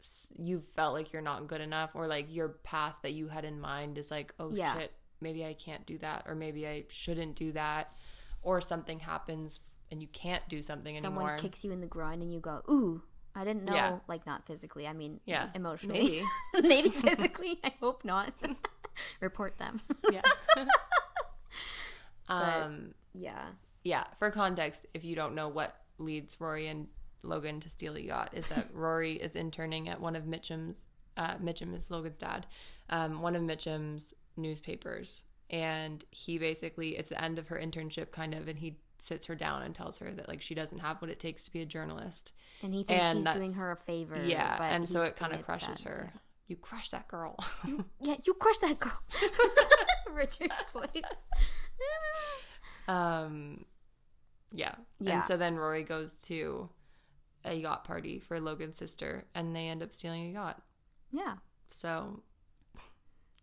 Speaker 5: s- you felt like you're not good enough or like your path that you had in mind is like oh
Speaker 4: Yeah.
Speaker 5: shit maybe i can't do that or maybe i shouldn't do that or something happens and you can't do something
Speaker 4: someone
Speaker 5: anymore
Speaker 4: kicks you in the groin and you go, "Ooh, I didn't know."
Speaker 5: Yeah.
Speaker 4: Like not physically, I mean, e,
Speaker 5: Yeah,
Speaker 4: emotionally, maybe, maybe physically. I hope not. Report them.
Speaker 5: yeah
Speaker 4: But-
Speaker 5: um
Speaker 4: yeah.
Speaker 5: yeah for context if you don't know what leads rory and logan to steal a yacht is that rory is interning at one of mitchum's uh, mitchum is logan's dad um, one of mitchum's newspapers and he basically it's the end of her internship kind of and he sits her down and tells her that like she doesn't have what it takes to be a journalist
Speaker 4: And he thinks
Speaker 5: And
Speaker 4: he's doing
Speaker 5: that's-
Speaker 4: her a favor.
Speaker 5: yeah
Speaker 4: but
Speaker 5: and so
Speaker 4: he's
Speaker 5: it kind of
Speaker 4: committed
Speaker 5: crushes
Speaker 4: that.
Speaker 5: her you crushed that girl
Speaker 4: Yeah, you crushed that girl. Richard's voice.
Speaker 5: Um, yeah.
Speaker 4: Yeah.
Speaker 5: And so then Rory goes to a yacht party for Logan's sister, and they end up stealing a yacht.
Speaker 4: yeah.
Speaker 5: So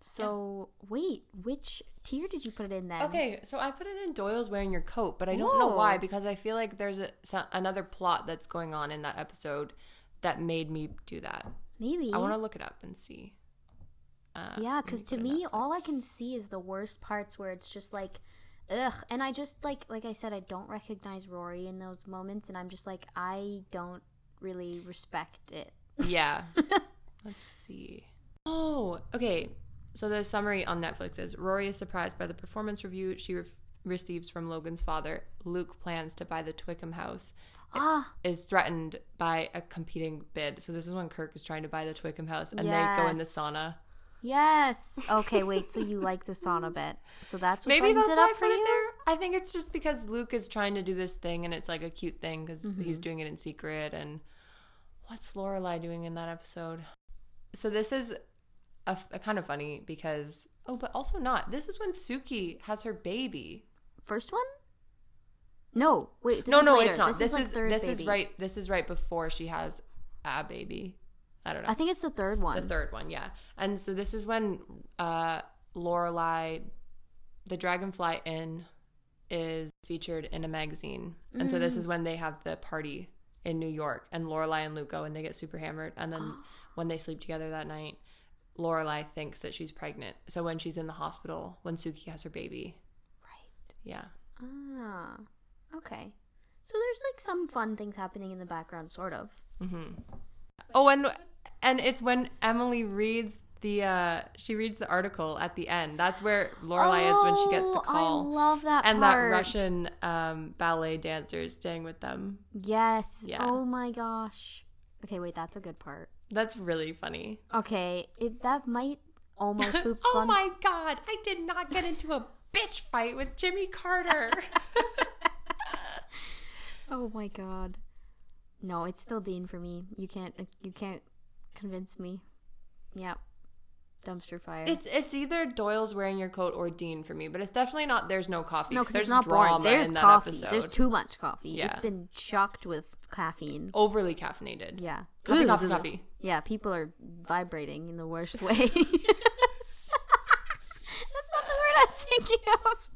Speaker 4: So wait, which tier did you put it in then?
Speaker 5: okay, so I put it in Doyle's wearing your coat, but I don't know why
Speaker 4: Whoa.
Speaker 5: because I feel like there's a, so- another plot that's going on in that episode that made me do that.
Speaker 4: maybe.
Speaker 5: I want to look it up and see. Uh,
Speaker 4: Yeah,
Speaker 5: let
Speaker 4: because
Speaker 5: put
Speaker 4: to
Speaker 5: it
Speaker 4: me,
Speaker 5: up
Speaker 4: all I
Speaker 5: first.
Speaker 4: can see is the worst parts where it's just like, ugh. And I just like, like I said, I don't recognize Rory in those moments, and I'm just like, I don't really respect it.
Speaker 5: Yeah. Let's see. Oh, okay. So the summary on Netflix is Rory is surprised by the performance review she re- receives from Logan's father. Luke plans to buy the Twickham house,
Speaker 4: Ah,
Speaker 5: is threatened by a competing bid. So this is when Kirk is trying to buy the Twickham house and they go in the
Speaker 4: Yes.
Speaker 5: sauna.
Speaker 4: yes. Okay, wait. So you like the sauna bit? So that's what
Speaker 5: Maybe
Speaker 4: brings it
Speaker 5: that's why
Speaker 4: up
Speaker 5: I
Speaker 4: for
Speaker 5: put
Speaker 4: you.
Speaker 5: it there. I think it's just because Luke is trying to do this thing and it's like a cute thing because
Speaker 4: Mm-hmm.
Speaker 5: he's doing it in secret. And what's Lorelai doing in that episode? So this is a, f- a kind of funny because oh, but also not. This is when Suki has her baby.
Speaker 4: First one? No, wait. This
Speaker 5: no,
Speaker 4: is
Speaker 5: no,
Speaker 4: later.
Speaker 5: it's not. This,
Speaker 4: like,
Speaker 5: is
Speaker 4: third
Speaker 5: this is
Speaker 4: baby.
Speaker 5: right. This is right before she has a baby. I don't know.
Speaker 4: I think it's the third one.
Speaker 5: The third one, yeah. And so this is when uh Lorelai the Dragonfly Inn is featured in a magazine. And so
Speaker 4: Mm.
Speaker 5: this is when they have the party in New York and Lorelai and Luke go and they get super hammered and then when they sleep together that night, Lorelai thinks that she's pregnant. So when she's in the hospital, when Suki has her baby.
Speaker 4: Right.
Speaker 5: Yeah.
Speaker 4: Ah, okay. So there's like some fun things happening in the background, sort of.
Speaker 5: Oh, and and it's when Emily reads the uh she reads the article at the end. That's where Lorelai is when she gets the
Speaker 4: Oh,
Speaker 5: call.
Speaker 4: I love that
Speaker 5: and
Speaker 4: part.
Speaker 5: that Russian um, ballet dancer is staying with them.
Speaker 4: Yes.
Speaker 5: Yeah.
Speaker 4: Oh my gosh. Okay, wait, that's a good part.
Speaker 5: That's really funny.
Speaker 4: Okay, it, that might almost boop
Speaker 5: oh
Speaker 4: on.
Speaker 5: my god! I did not get into a bitch fight with Jimmy Carter.
Speaker 4: Oh my god. No, it's still Dean for me. You can't. uh, You can't convince me. Yep. Dumpster fire.
Speaker 5: it's it's either Doyle's wearing your coat or Dean for me, but it's definitely not. There's no coffee.
Speaker 4: no, because
Speaker 5: 'cause there's
Speaker 4: it's not
Speaker 5: drama
Speaker 4: boring. There's
Speaker 5: in that
Speaker 4: coffee.
Speaker 5: episode.
Speaker 4: There's too much coffee. It's
Speaker 5: Yeah.
Speaker 4: been shocked with caffeine.
Speaker 5: overly caffeinated.
Speaker 4: Yeah.
Speaker 5: Coffee,
Speaker 4: Ooh,
Speaker 5: coffee,
Speaker 4: ooh.
Speaker 5: coffee.
Speaker 4: Yeah, people are vibrating in the worst way. That's not the word I was thinking of.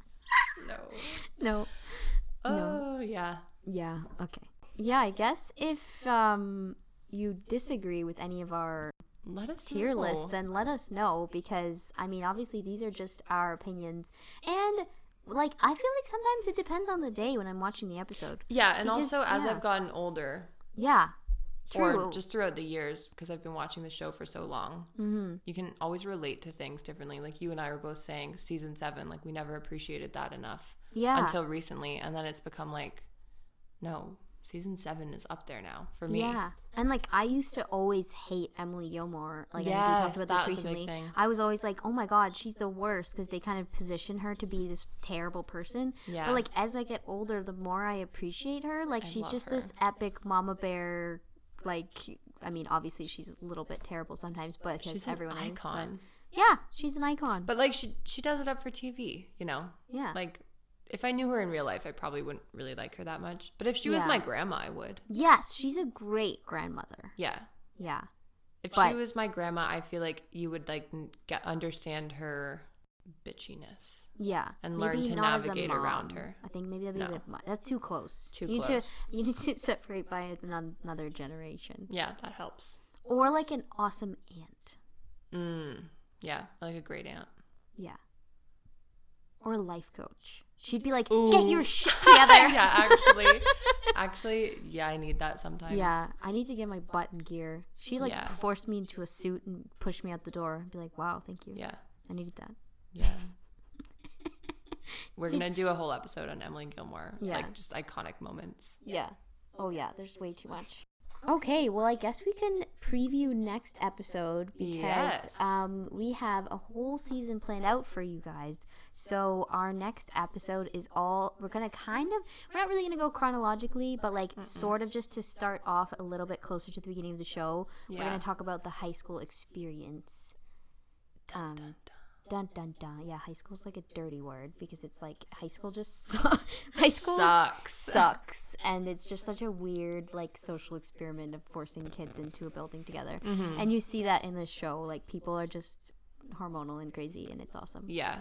Speaker 5: No.
Speaker 4: No.
Speaker 5: Oh
Speaker 4: No.
Speaker 5: yeah.
Speaker 4: Yeah, okay. Yeah, I guess if um you disagree with any of our
Speaker 5: Let us
Speaker 4: tier
Speaker 5: know.
Speaker 4: list, then let us know because I mean obviously these are just our opinions. And like I feel like sometimes it depends on the day when I'm watching the episode.
Speaker 5: Yeah, and
Speaker 4: because-
Speaker 5: also as
Speaker 4: yeah.
Speaker 5: I've gotten older,
Speaker 4: Yeah. True.
Speaker 5: or just throughout the years because I've been watching the show for so long. Mm-hmm. You can always relate to things differently. Like you and I were both saying, season seven, like we never appreciated that enough
Speaker 4: yeah.
Speaker 5: until recently, and then it's become like, no, season seven is up there now for me.
Speaker 4: Yeah. And like I used to always hate Emily Gilmore. Like I think
Speaker 5: Yes,
Speaker 4: we talked
Speaker 5: that
Speaker 4: about
Speaker 5: was
Speaker 4: this
Speaker 5: a big
Speaker 4: recently.
Speaker 5: thing.
Speaker 4: I was always like, "Oh my god, she's the worst" because they kind of position her to be this terrible person.
Speaker 5: Yeah.
Speaker 4: But like as I get older, the more I appreciate her. Like she's
Speaker 5: love
Speaker 4: just
Speaker 5: her.
Speaker 4: this epic mama bear like I mean, obviously she's a little bit terrible sometimes, but as
Speaker 5: She's
Speaker 4: everyone
Speaker 5: an
Speaker 4: is. but-
Speaker 5: icon.
Speaker 4: yeah, she's an icon.
Speaker 5: But like she she does it up for TV, you know.
Speaker 4: yeah,
Speaker 5: Like if I knew her in real life, I probably wouldn't really like her that much. But if she was
Speaker 4: Yeah.
Speaker 5: my grandma, I would.
Speaker 4: yes, she's a great grandmother.
Speaker 5: Yeah.
Speaker 4: Yeah,
Speaker 5: If she
Speaker 4: But-
Speaker 5: was my grandma, I feel like you would like n- get understand her bitchiness.
Speaker 4: yeah,
Speaker 5: And learn to
Speaker 4: not as a
Speaker 5: navigate around
Speaker 4: mom.
Speaker 5: her.
Speaker 4: I think maybe that'd be
Speaker 5: No.
Speaker 4: a bit much. That's too close.
Speaker 5: Too
Speaker 4: you Need
Speaker 5: close.
Speaker 4: to, you need to separate by anon- another generation,
Speaker 5: Yeah, that helps.
Speaker 4: or like an awesome aunt.
Speaker 5: Mm. Yeah, like a great aunt.
Speaker 4: Yeah, or a life coach. She'd be like, "Get your shit together."
Speaker 5: yeah, actually, actually, yeah, I need that sometimes.
Speaker 4: Yeah, I need to get my butt in gear. She like
Speaker 5: Yeah.
Speaker 4: forced me into a suit and pushed me out the door and be like, "Wow, thank you.
Speaker 5: Yeah.
Speaker 4: I needed that."
Speaker 5: Yeah. We're gonna do a whole episode on Emily Gilmore.
Speaker 4: Yeah.
Speaker 5: Like just iconic moments.
Speaker 4: Yeah. Oh yeah, there's way too much. Okay, well I guess we can preview next episode because
Speaker 5: Yes.
Speaker 4: um we have a whole season planned out for you guys. So our next episode is all we're going to kind of we're not really going to go chronologically, but like sort of just to start off a little bit closer to the beginning of the show. We're
Speaker 5: Yeah.
Speaker 4: going to talk about the high school experience. Um, Dun dun dun. Yeah, high school's like a dirty word because it's like high school just su- high school
Speaker 5: Sucks.
Speaker 4: sucks, and it's just such a weird like social experiment of forcing kids into a building together. And you see that in this show, like people are just hormonal and crazy, and it's awesome.
Speaker 5: Yeah.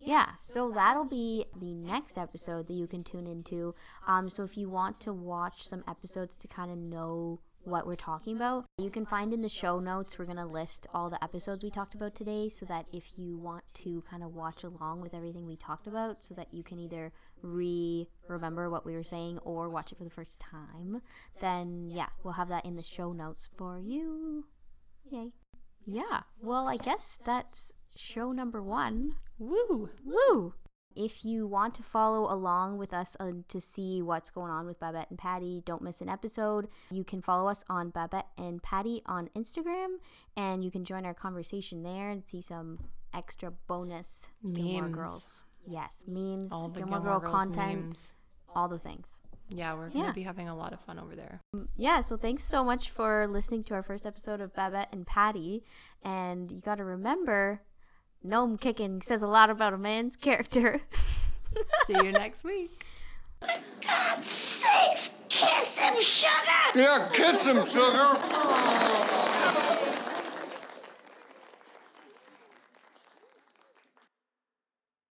Speaker 4: Yeah, so that'll be the next episode that you can tune into. Um, so if you want to watch some episodes to kind of know what we're talking about, you can find in the show notes. We're going to list all the episodes we talked about today so that if you want to kind of watch along with everything we talked about, so that you can either re remember what we were saying or watch it for the first time, then yeah, we'll have that in the show notes for you. Yay. Yeah, well, I guess that's show number one.
Speaker 5: Woo.
Speaker 4: Woo! If you want to follow along with us uh, to see what's going on with Babette and Patty, don't miss an episode. You can follow us on Babette and Patty on Instagram, and you can join our conversation there and see some extra bonus Gilmore
Speaker 5: Memes.
Speaker 4: Girls. Yes, memes,
Speaker 5: All the
Speaker 4: Gilmore, Girl
Speaker 5: Girls
Speaker 4: content,
Speaker 5: memes.
Speaker 4: all the things.
Speaker 5: Yeah, we're gonna
Speaker 4: Yeah.
Speaker 5: be having a lot of fun over there.
Speaker 4: Yeah, so thanks so much for listening to our first episode of Babette and Patty. And you got to remember, gnome kicking says a lot about a man's character.
Speaker 5: See you next week.
Speaker 2: God's sakes, kiss him, sugar!
Speaker 3: Yeah, kiss him, sugar.